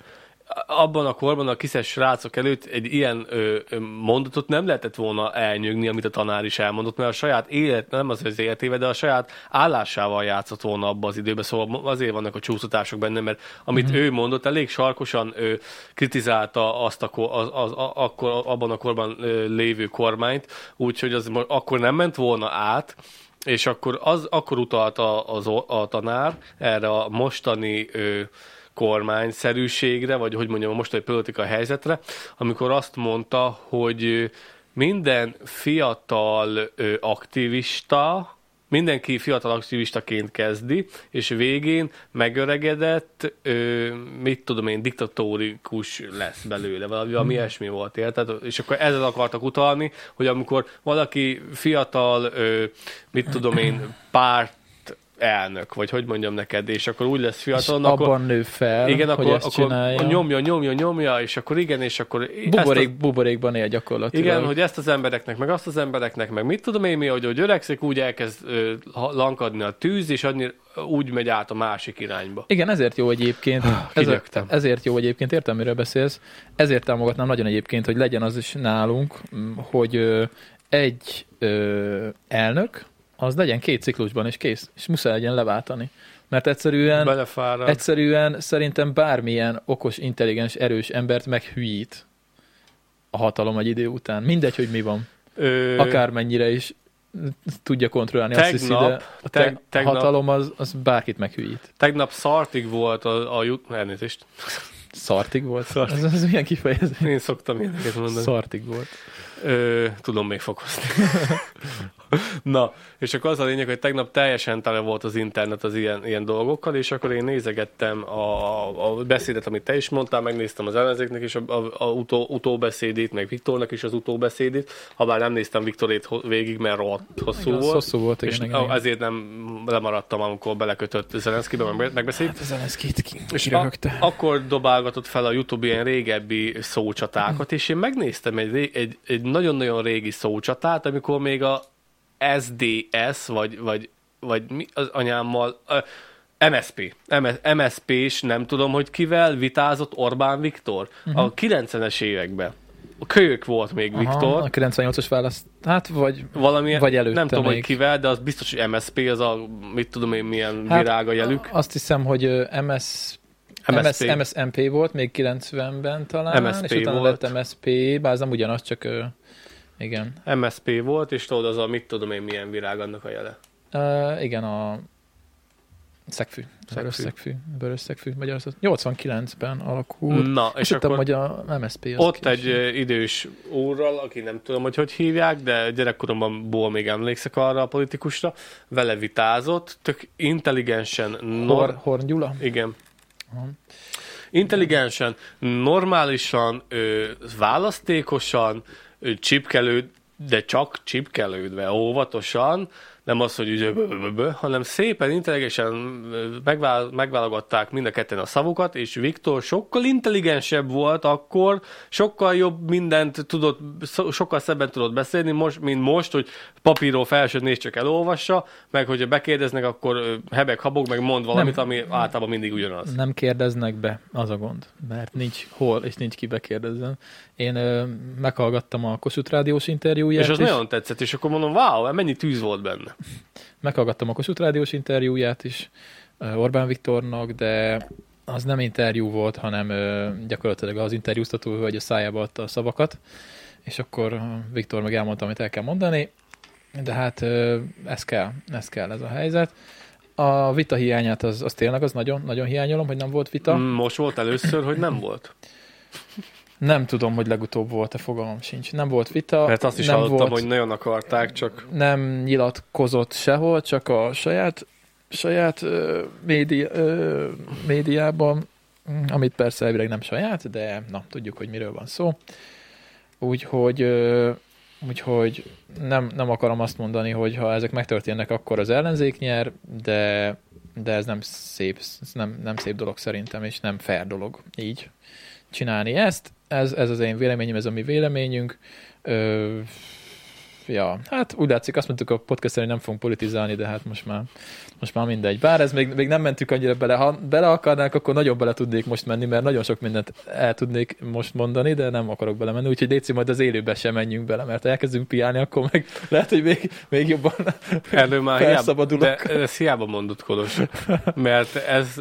Speaker 2: Abban a korban a kiszes srácok előtt egy ilyen ö, ö, mondatot nem lehetett volna elnyögni, amit a tanár is elmondott, mert a saját élet, nem az az életével, de a saját állásával játszott volna abba az időben, szóval mo- azért vannak a csúsztatások benne, mert amit ő mondott, elég sarkosan ö, kritizálta azt a, ko- az, az, a, akkor, abban a korban ö, lévő kormányt, úgyhogy az mo- akkor nem ment volna át, és akkor, az, akkor utalt a, az, o- a tanár erre a mostani ö, kormányszerűségre, vagy hogy mondjam, a mostani politikai helyzetre, amikor azt mondta, hogy ö, minden fiatal ö, aktivista, mindenki fiatal aktivistaként kezdi, és végén megöregedett, ö, mit tudom én, diktatórikus lesz belőle, valami, valami
Speaker 1: Hmm.
Speaker 2: ilyesmi volt, érted? És akkor ezzel akartak utalni, hogy amikor valaki fiatal, ö, mit tudom én, párt elnök, vagy hogy mondjam neked, és akkor úgy lesz
Speaker 1: És
Speaker 2: fiatal, akkor,
Speaker 1: abban nő fel,
Speaker 2: igen,
Speaker 1: hogy
Speaker 2: akkor,
Speaker 1: ezt
Speaker 2: akkor
Speaker 1: csinálja.
Speaker 2: nyomja, nyomja, nyomja, és akkor igen, és akkor ezt a-
Speaker 1: Buborék, buborékban él gyakorlatilag.
Speaker 2: igen, hogy ezt az embereknek, meg azt az embereknek, meg mit tudom én mi, hogy, hogy öregszik, úgy elkezd ö, ha- lankadni a tűz, és annyi, úgy megy át a másik irányba.
Speaker 1: Igen, ezért jó egyébként. Ez a,
Speaker 2: kidögtem.
Speaker 1: ezért jó egyébként, értem, miről beszélsz. Ezért támogatnám nagyon egyébként, hogy legyen az is nálunk, m, hogy ö, egy ö, elnök, az legyen két ciklusban, és kész. És muszáj legyen leváltani. Mert egyszerűen,
Speaker 2: Belefárad.
Speaker 1: egyszerűen szerintem bármilyen okos, intelligens, erős embert meghülyít a hatalom egy idő után. Mindegy, hogy mi van.
Speaker 2: Ö,
Speaker 1: Akármennyire is tudja kontrollálni azt hiszi,
Speaker 2: Tegnap-
Speaker 1: de a, te,
Speaker 2: teg-
Speaker 1: a
Speaker 2: tegnap-
Speaker 1: hatalom az, az bárkit meghülyít.
Speaker 2: Tegnap szartig volt a, a jut... Elnézést.
Speaker 1: Szartig volt?
Speaker 2: Szartig.
Speaker 1: Szartig. Ez, ez milyen kifejezés?
Speaker 2: Én szoktam ilyeneket mondani.
Speaker 1: Szartig volt.
Speaker 2: Ö, tudom még fokozni. [laughs] Na, és akkor az a lényeg, hogy tegnap teljesen tele volt az internet az ilyen, ilyen dolgokkal, és akkor én nézegettem a, a beszédet, amit te is mondtál, megnéztem az ellenzéknek is a, a, a utó, utóbeszédét, meg Viktornak is az utóbeszédét, ha bár nem néztem Viktorét ho- végig, mert rohadt hosszú
Speaker 1: Igen, az
Speaker 2: volt.
Speaker 1: hosszú volt, igen,
Speaker 2: és
Speaker 1: igen, igen.
Speaker 2: ezért nem lemaradtam, amikor belekötött Zelenszkibe, meg megbeszélt.
Speaker 1: Hát Zelenszkit
Speaker 2: És a, akkor dobálgatott fel a YouTube ilyen régebbi szócsatákat, és én megnéztem egy, ré- egy, egy nagyon-nagyon régi szócsatát, amikor még a SDS, vagy, vagy, vagy mi az anyámmal, MSP, MSP és nem tudom, hogy kivel vitázott Orbán Viktor a
Speaker 1: Mhm.
Speaker 2: 90-es években. A kölyök volt még Viktor,
Speaker 1: A 98-as választ. Hát, vagy...
Speaker 2: valamilyen,
Speaker 1: vagy előtte
Speaker 2: nem tudom,
Speaker 1: még.
Speaker 2: hogy kivel, de az biztos, hogy MSP, az a mit tudom én milyen
Speaker 1: Hát,
Speaker 2: virága jelük.
Speaker 1: Azt hiszem, hogy ö, MS... MS,
Speaker 2: MSP.
Speaker 1: MSMP volt még 90-ben talán,
Speaker 2: MSP
Speaker 1: és utána
Speaker 2: volt.
Speaker 1: lett MSP, bár ez nem ugyanaz, csak ö, igen.
Speaker 2: MSP volt, és tudod, az a mit tudom én milyen virág annak a jele.
Speaker 1: Ö, igen, a szegfű, vörös szegfű, vörös szegfű, Magyarország. 89-ben alakult. Mm,
Speaker 2: Na, és
Speaker 1: és hittem,
Speaker 2: akkor
Speaker 1: hogy a MSP az
Speaker 2: ott
Speaker 1: később.
Speaker 2: egy ö, idős úrral, aki nem tudom, hogy hogy hívják, de gyerekkoromban ból még emlékszek arra a politikusra, vele vitázott, tök intelligensen, nor-
Speaker 1: Hor- Horn Gyula?
Speaker 2: igen,
Speaker 1: Aha.
Speaker 2: intelligensen, normálisan, ö, választékosan, ö, csipkelőd, de csak csipkelődve, óvatosan nem az, hogy ugye, hanem szépen intelligesen megvál, megválogatták mind a ketten a szavukat, és Viktor sokkal intelligensebb volt akkor, sokkal jobb mindent tudott, so- sokkal szebben tudott beszélni, most, mint most, hogy papírról felsőt néz csak elolvassa, meg hogyha bekérdeznek, akkor ö, hebek, habok, meg mond valamit,
Speaker 1: Nem.
Speaker 2: ami általában mindig ugyanaz.
Speaker 1: Nem kérdeznek be, az a gond. Mert nincs hol, és nincs ki bekérdezzen. Én ö, meghallgattam a Kossuth Rádiós interjúját
Speaker 2: És az
Speaker 1: is.
Speaker 2: nagyon tetszett, és akkor mondom, wow, hát mennyi tűz volt benne.
Speaker 1: Meghallgattam a Kossuth Rádiós interjúját is ö, Orbán Viktornak, de az nem interjú volt, hanem ö, gyakorlatilag az interjúztató vagy a szájába adta a szavakat, és akkor ö, Viktor meg elmondta, amit el kell mondani, de hát ö, ez kell, ez kell ez a helyzet. A vita hiányát az, az tényleg az nagyon, nagyon hiányolom, hogy nem volt vita.
Speaker 2: Mm, Most volt először, hogy nem volt.
Speaker 1: Nem tudom, hogy legutóbb volt-e, fogalmam sincs. Nem volt vita.
Speaker 2: Mert Hát azt is
Speaker 1: nem
Speaker 2: hallottam,
Speaker 1: volt,
Speaker 2: hogy nagyon akarták, csak
Speaker 1: nem nyilatkozott sehol, csak a saját, saját ö, médi, ö, médiában, mm, amit persze elvileg nem saját, de na, tudjuk, hogy miről van szó. Úgyhogy, ö, úgyhogy nem, nem akarom azt mondani, hogy ha ezek megtörténnek, akkor az ellenzék nyer, de, de ez nem szép, ez nem, nem szép dolog szerintem, és nem fair dolog így csinálni ezt. Ez, ez az én véleményem, ez a mi véleményünk. Ö, Ja, hát úgy látszik, azt mondtuk a podcast hogy nem fogunk politizálni, de hát most már, most már mindegy. Bár ez még, még nem mentünk annyira bele. Ha bele akarnánk, akkor nagyon bele tudnék most menni, mert nagyon sok mindent el tudnék most mondani, de nem akarok belemenni, úgyhogy Léci, majd az élőbe sem menjünk bele, mert ha elkezdünk piálni, akkor meg [laughs] lehet, hogy még, még jobban
Speaker 2: erről már hiába,
Speaker 1: Felszabadulok.
Speaker 2: de ezt hiába mondod, Kolos. Mert ez,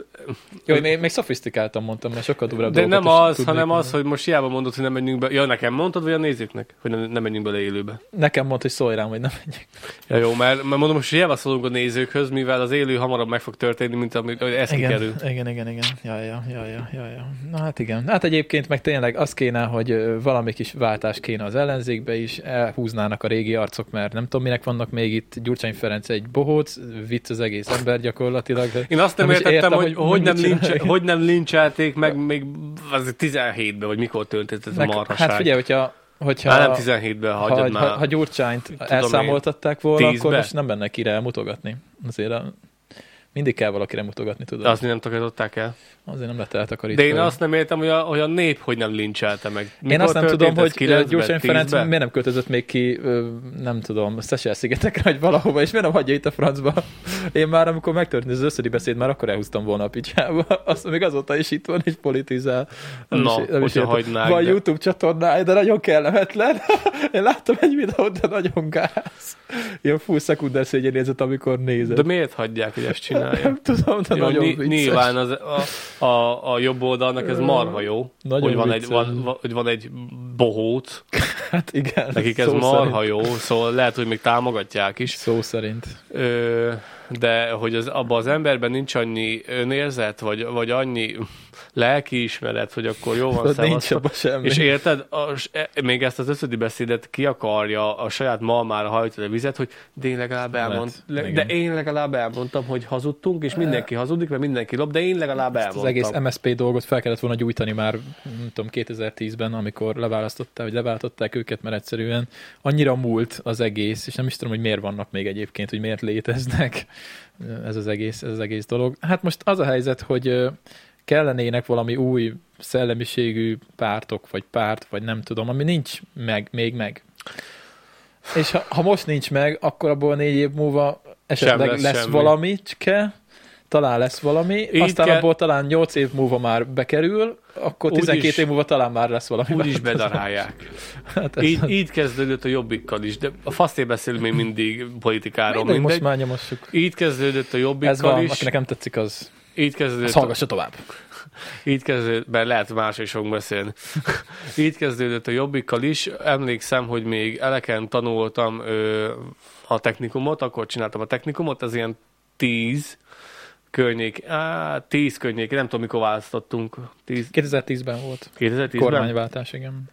Speaker 1: Jó, én még, még szofisztikáltan mondtam, mert sokkal durvább
Speaker 2: de
Speaker 1: dolgokat
Speaker 2: nem
Speaker 1: is
Speaker 2: az,
Speaker 1: tudnék
Speaker 2: hanem az,
Speaker 1: mondani.
Speaker 2: hogy most hiába mondod, hogy nem menjünk be. Ja, nekem mondtad, vagy a nézőknek, hogy nem, nem menjünk bele élőbe.
Speaker 1: Nekem mondd, hogy szólj rám, hogy nem menjek.
Speaker 2: Ja, jó, mert, mert mondom, most hiába szólunk a nézőkhöz, mivel az élő hamarabb meg fog történni, mint ami, hogy ez
Speaker 1: igen,
Speaker 2: kikerül.
Speaker 1: Igen, igen, igen. Ja, ja, ja, ja, ja, ja. Na hát igen. Hát egyébként meg tényleg az kéne, hogy ö, valami kis váltás kéne az ellenzékbe is, elhúznának a régi arcok, mert nem tudom, minek vannak még itt. Gyurcsány Ferenc egy bohóc, vicc az egész ember gyakorlatilag. De
Speaker 2: Én azt nem,
Speaker 1: Nem is
Speaker 2: értettem,
Speaker 1: értem,
Speaker 2: hogy,
Speaker 1: hogy
Speaker 2: hogy, nem
Speaker 1: mit csinálják.
Speaker 2: lincse, hogy nem lincselték meg még az 17-ben, vagy mikor történt ez a
Speaker 1: nek-
Speaker 2: marhaság.
Speaker 1: hát figyelj, hogyha, hogyha
Speaker 2: Már nem 17-ben,
Speaker 1: ha,
Speaker 2: hagyjad
Speaker 1: ha,
Speaker 2: már.
Speaker 1: ha, Gyurcsányt
Speaker 2: én,
Speaker 1: elszámoltatták volna, akkor
Speaker 2: tízbe?
Speaker 1: most nem benne kire mutogatni. Azért a, mindig kell valakire mutogatni, tudod.
Speaker 2: De azt még nem takarították el.
Speaker 1: Azért nem lehet eltakarítani.
Speaker 2: De én azt nem értem, hogy a, hogy a nép hogy nem lincselte meg.
Speaker 1: Én azt nem tudom, hogy ö,
Speaker 2: 9
Speaker 1: Gyurcsány Ferenc miért nem költözött még ki, ö, nem tudom, Szesel-szigetekre, vagy valahova, és miért nem hagyja itt a francba. Én már, amikor megtörtént az összödi beszéd, már akkor elhúztam volna a picsába. Azt még azóta is itt van, és politizál.
Speaker 2: Na,
Speaker 1: is- is
Speaker 2: hogyha
Speaker 1: értem.
Speaker 2: hagynák,
Speaker 1: Van
Speaker 2: de-
Speaker 1: YouTube csatornája, de nagyon kellemetlen. [laughs] Én láttam egy videót, de nagyon gáz. Ilyen full szekunder szégyenézet, amikor nézed.
Speaker 2: De miért hagyják, hogy ezt csinálják?
Speaker 1: nem tudom, de
Speaker 2: Jó,
Speaker 1: [laughs] nagyon
Speaker 2: ny-
Speaker 1: vicces.
Speaker 2: nyilván az, a, a, a jobb oldalnak ez marha jó,
Speaker 1: Nagyon
Speaker 2: hogy van, egy,
Speaker 1: vicces.
Speaker 2: van, van- hogy van egy bohóc,
Speaker 1: Hát igen.
Speaker 2: nekik ez
Speaker 1: szó
Speaker 2: marha
Speaker 1: szerint.
Speaker 2: jó, szóval lehet, hogy még támogatják is,
Speaker 1: Szó szerint.
Speaker 2: Ö, de hogy az, abban az emberben nincs annyi önérzet, vagy, vagy annyi lelkiismeret, hogy akkor jó van
Speaker 1: Tudod, Szóval nincs
Speaker 2: szevasztok.
Speaker 1: abban semmi.
Speaker 2: És érted, a, s- e- még ezt az összödi beszédet ki akarja a saját malmára hajtani a vizet, hogy de én legalább elmondtam,
Speaker 1: Lehet,
Speaker 2: le, de
Speaker 1: Hát, igen.
Speaker 2: én legalább elmondtam, hogy hazudtunk, és mindenki hazudik, mert mindenki lop, de én legalább
Speaker 1: az
Speaker 2: elmondtam.
Speaker 1: egész MSP dolgot fel kellett volna gyújtani már, nem tudom, 2010-ben, amikor leválasztották, vagy leváltották őket, mert egyszerűen annyira múlt az egész, és nem is tudom, hogy miért vannak még egyébként, hogy miért léteznek [laughs] ez az egész, ez az egész dolog. Hát most az a helyzet, hogy ö, kellenének valami új szellemiségű pártok, vagy párt, vagy nem tudom, ami nincs meg, még meg. És ha, ha most nincs meg, akkor abból négy év múlva esetleg
Speaker 2: lesz
Speaker 1: lesz, lesz
Speaker 2: semmi.
Speaker 1: valami, cske, talán lesz valami,
Speaker 2: Így
Speaker 1: Így aztán
Speaker 2: kell-
Speaker 1: kell... abból talán 8 év múlva már bekerül, akkor
Speaker 2: Úgy
Speaker 1: 12
Speaker 2: is-
Speaker 1: év múlva talán már lesz valami.
Speaker 2: Úgy is bedarálják.
Speaker 1: Hát ez-
Speaker 2: Így, így kezdődött a jobbikkal is, de a faszé beszélünk még mindig politikáról,
Speaker 1: mindegy,
Speaker 2: mindegy.
Speaker 1: most már nyomassuk.
Speaker 2: Így kezdődött a
Speaker 1: Ez van,
Speaker 2: jobbikkal is,
Speaker 1: akinek nem tetszik, az,
Speaker 2: így
Speaker 1: az
Speaker 2: kezdődött a
Speaker 1: hallgassa tovább.
Speaker 2: Így kezdődött, mert lehet más is fogunk beszélni. [laughs] Így kezdődött a jobbikkal is. Emlékszem, hogy még eleken tanultam ö, a technikumot, akkor csináltam a technikumot, az ilyen tíz környék, á, tíz környék, nem tudom, mikor választottunk. Tíz,
Speaker 1: 2010-ben volt.
Speaker 2: 2010-ben?
Speaker 1: Kormányváltás, igen.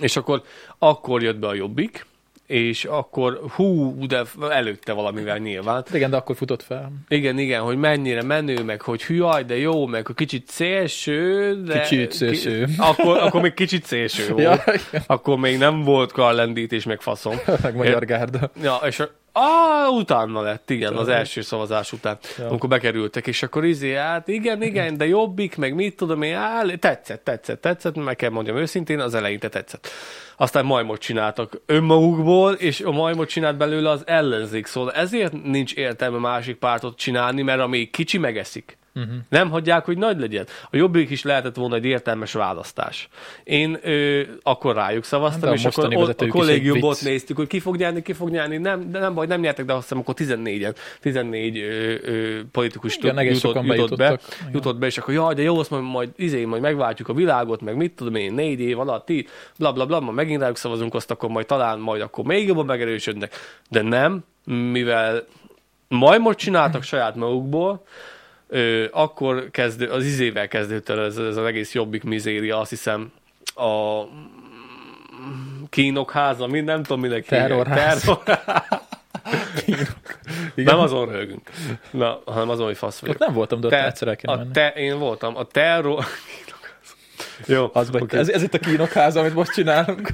Speaker 2: És akkor, akkor jött be a jobbik, és akkor hú, de előtte valamivel nyilván.
Speaker 1: Hát igen, de akkor futott fel.
Speaker 2: Igen, igen, hogy mennyire menő, meg hogy hüaj, de jó, meg hogy kicsit szélső, de...
Speaker 1: Kicsit szélső.
Speaker 2: Ki, akkor, akkor még kicsit szélső volt.
Speaker 1: [laughs] Ja, [laughs]
Speaker 2: Akkor még nem volt karlendítés, meg faszom.
Speaker 1: meg Magyar Gárda.
Speaker 2: Ja, és a- Ah, utána lett, igen, az
Speaker 1: Tudom.
Speaker 2: első szavazás után,
Speaker 1: Ja.
Speaker 2: amikor bekerültek, és akkor izé, hát igen, igen, de jobbik, meg mit tudom én, áll, tetszett, tetszett, tetszett, meg kell mondjam őszintén, az eleinte tetszett. Aztán majmot csináltak önmagukból, és a majmot csinált belőle az ellenzék, szóval ezért nincs értelme másik pártot csinálni, mert amíg kicsi megeszik.
Speaker 1: Mhm.
Speaker 2: Uh-huh. Nem hagyják, hogy nagy legyen. A jobbik is lehetett volna egy értelmes választás. Én ö, akkor rájuk szavaztam,
Speaker 1: Hát de a
Speaker 2: és akkor
Speaker 1: mostani
Speaker 2: ott a
Speaker 1: vezetőjük is egy
Speaker 2: kollégiumból
Speaker 1: vicc.
Speaker 2: néztük, hogy ki fog nyerni, ki fog nyerni, nem, de nem baj, nem nyertek, de azt hiszem akkor 14-en, 14 ö, ö, politikus
Speaker 1: Igen,
Speaker 2: tud-
Speaker 1: egész
Speaker 2: jutott,
Speaker 1: sokan
Speaker 2: jutott, be,
Speaker 1: bejutottak. Igen.
Speaker 2: jutott be, és akkor jaj, de jó, azt majd, majd, izé, majd megváltjuk a világot, meg mit tudom én, négy év alatt, ti, bla bla bla, ma megint rájuk szavazunk, azt akkor majd talán majd akkor még jobban megerősödnek. De nem, mivel majmot csináltak saját magukból, ö, akkor kezdő, az izével kezdődött el ez, ez az egész jobbik mizéria, azt hiszem a kínok háza, mi nem tudom minek hívják.
Speaker 1: Terrorház.
Speaker 2: Terrorház. nem azon rögünk. Na, hanem azon, hogy fasz vagyok.
Speaker 1: Ott nem voltam, de ott egyszer el kéne
Speaker 2: a
Speaker 1: menni.
Speaker 2: te, én voltam. A terror... [laughs] Jó,
Speaker 1: Az okay. ez, ez itt a kínokház, amit most csinálunk.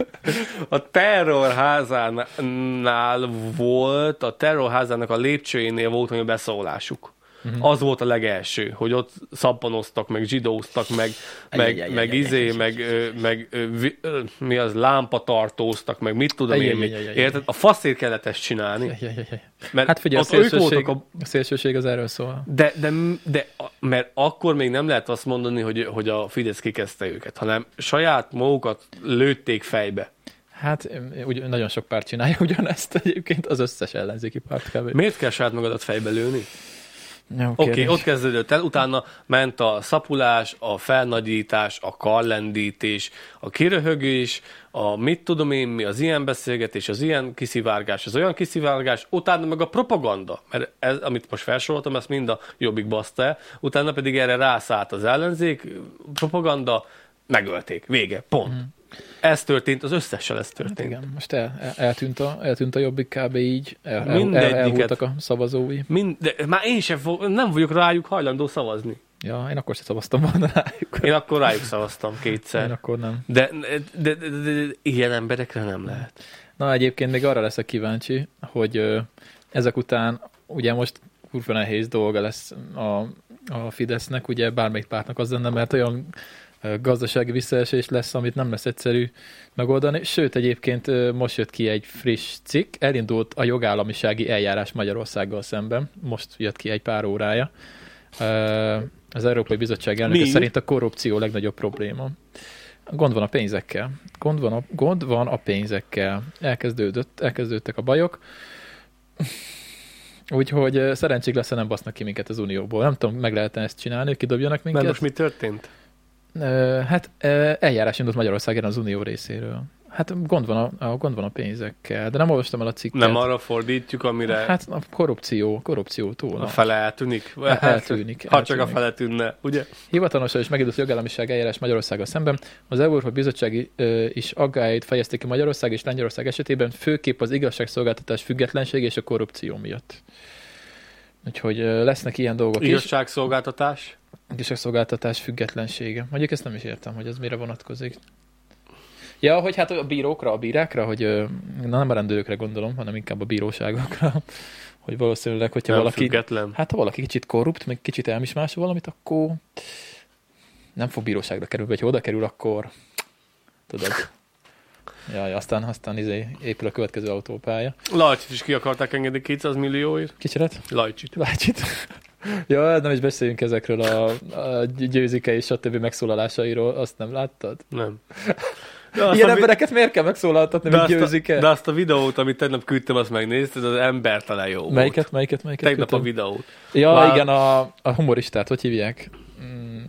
Speaker 2: a terrorházánál volt, a terrorházának a lépcsőjénél volt olyan beszólásuk.
Speaker 1: Mhm.
Speaker 2: Uh-huh. Az volt a legelső, hogy ott szappanoztak, meg zsidóztak, meg, meg,
Speaker 1: Ajajajajaj.
Speaker 2: meg izé, meg, ö, meg ö, vi- ö, mi az, lámpatartóztak, meg mit tudom én, mi.
Speaker 1: Ajajajajaj.
Speaker 2: Érted? A faszért kellett ezt csinálni. Mert
Speaker 1: Hát figyelj, a
Speaker 2: ott ők voltak
Speaker 1: szélsőség,
Speaker 2: a
Speaker 1: a... a szélsőség az erről szól.
Speaker 2: de, de, de, a- mert akkor még nem lehet azt mondani, hogy, hogy a Fidesz kikezdte őket, hanem saját magukat lőtték fejbe.
Speaker 1: Hát em, úgy, nagyon sok párt csinálja [laughs] ugyanezt egyébként, az összes ellenzéki párt kb.
Speaker 2: Miért kell saját magadat fejbe lőni?
Speaker 1: Jó,
Speaker 2: Oké, okay,
Speaker 1: kérdés.
Speaker 2: ott kezdődött el, utána ment a szapulás, a felnagyítás, a kallendítés, a kiröhögés, a mit tudom én mi, az ilyen beszélgetés, az ilyen kiszivárgás, az olyan kiszivárgás, utána meg a propaganda, mert ez, amit most felsoroltam, ezt mind a jobbik baszta el, utána pedig erre rászállt az ellenzék, propaganda, megölték, vége, pont. Mm. Ez történt, az összessel ez történt.
Speaker 1: Hmm. Igen, most el, el, eltűnt, a, eltűnt a jobbik kb. így, el, el, el,
Speaker 2: Mindegyiket.
Speaker 1: elhúltak a szavazói.
Speaker 2: Mind, de már én sem fog, nem vagyok rájuk hajlandó szavazni.
Speaker 1: Ja, én akkor sem szavaztam volna rájuk.
Speaker 2: Én akkor rájuk szavaztam kétszer.
Speaker 1: Én akkor nem.
Speaker 2: De, de, de, de, de ilyen emberekre nem lehet.
Speaker 1: Na egyébként még arra leszek kíváncsi, hogy ö, ezek után ugye most kurva nehéz dolga lesz a, a Fidesznek, ugye bármelyik pártnak az lenne, mert olyan ö, gazdasági visszaesés lesz, amit nem lesz egyszerű megoldani. Sőt, egyébként ö, most jött ki egy friss cikk, elindult a jogállamisági eljárás Magyarországgal szemben, most jött ki egy pár órája. Ö, Az Európai Bizottság elnöke
Speaker 2: Mi?
Speaker 1: szerint a korrupció legnagyobb probléma. Gond van a pénzekkel. Gond van a, gond van a pénzekkel. Elkezdődött, elkezdődtek a bajok. Úgyhogy eh, szerencsék lesz, ha nem basznak ki minket az Unióból. Nem tudom, meg lehetne ezt csinálni, hogy kidobjanak minket.
Speaker 2: Mert most mi történt?
Speaker 1: Ö, Hát ö, eljárás indult Magyarország ellen az Unió részéről. Hát gond van a, a, gond van a pénzekkel, de nem olvastam el a cikket.
Speaker 2: Nem arra fordítjuk, amire hát,
Speaker 1: Hát a korrupció, korrupciótól.
Speaker 2: a fele eltűnik?
Speaker 1: Hát eltűnik,
Speaker 2: Ha csak a
Speaker 1: eltűnik.
Speaker 2: fele tűnne, ugye?
Speaker 1: Hivatalosan is megindult jogállamiság eljárás Magyarországgal szemben. Az Európai Bizottság ö, is aggályait fejezte ki Magyarország és Lengyelország esetében, főképp az igazságszolgáltatás függetlenség és a korrupció miatt. Úgyhogy ö, lesznek ilyen dolgok is.
Speaker 2: Igazságszolgáltatás?
Speaker 1: Igazságszolgáltatás függetlensége. Mondjuk ezt nem is értem, hogy ez mire vonatkozik. Ja, hogy hát a bírókra, a bírákra, hogy ö, na nem a rendőrökre gondolom, hanem inkább a bíróságokra, hogy valószínűleg, hogyha
Speaker 2: Nem
Speaker 1: valaki
Speaker 2: független.
Speaker 1: Hát ha valaki kicsit korrupt, meg kicsit elmismásol valamit, akkor nem fog bíróságra kerülni, vagy ha oda kerül, akkor tudod. Jaj, aztán, aztán izé, épül a következő autópálya.
Speaker 2: Lajcsit is ki akarták engedni 200 millióért?
Speaker 1: Kicsiret?
Speaker 2: Lajcsit.
Speaker 1: Lácsit? ja, nem is beszéljünk ezekről a, a győzike és stb. megszólalásairól, azt nem láttad?
Speaker 2: Nem. De azt
Speaker 1: Ilyen
Speaker 2: a vi-
Speaker 1: embereket miért kell megszólaltatni,
Speaker 2: de
Speaker 1: mint
Speaker 2: azt, a, de
Speaker 1: győzike?
Speaker 2: azt a videót, amit tegnap küldtem, azt megnézted, az embertelen jó volt.
Speaker 1: Melyiket, melyiket, melyiket?
Speaker 2: Tegnap a
Speaker 1: küldtem?
Speaker 2: videót.
Speaker 1: Ja,
Speaker 2: Vál-
Speaker 1: igen, a, a humoristát, hogy hívják? Mm,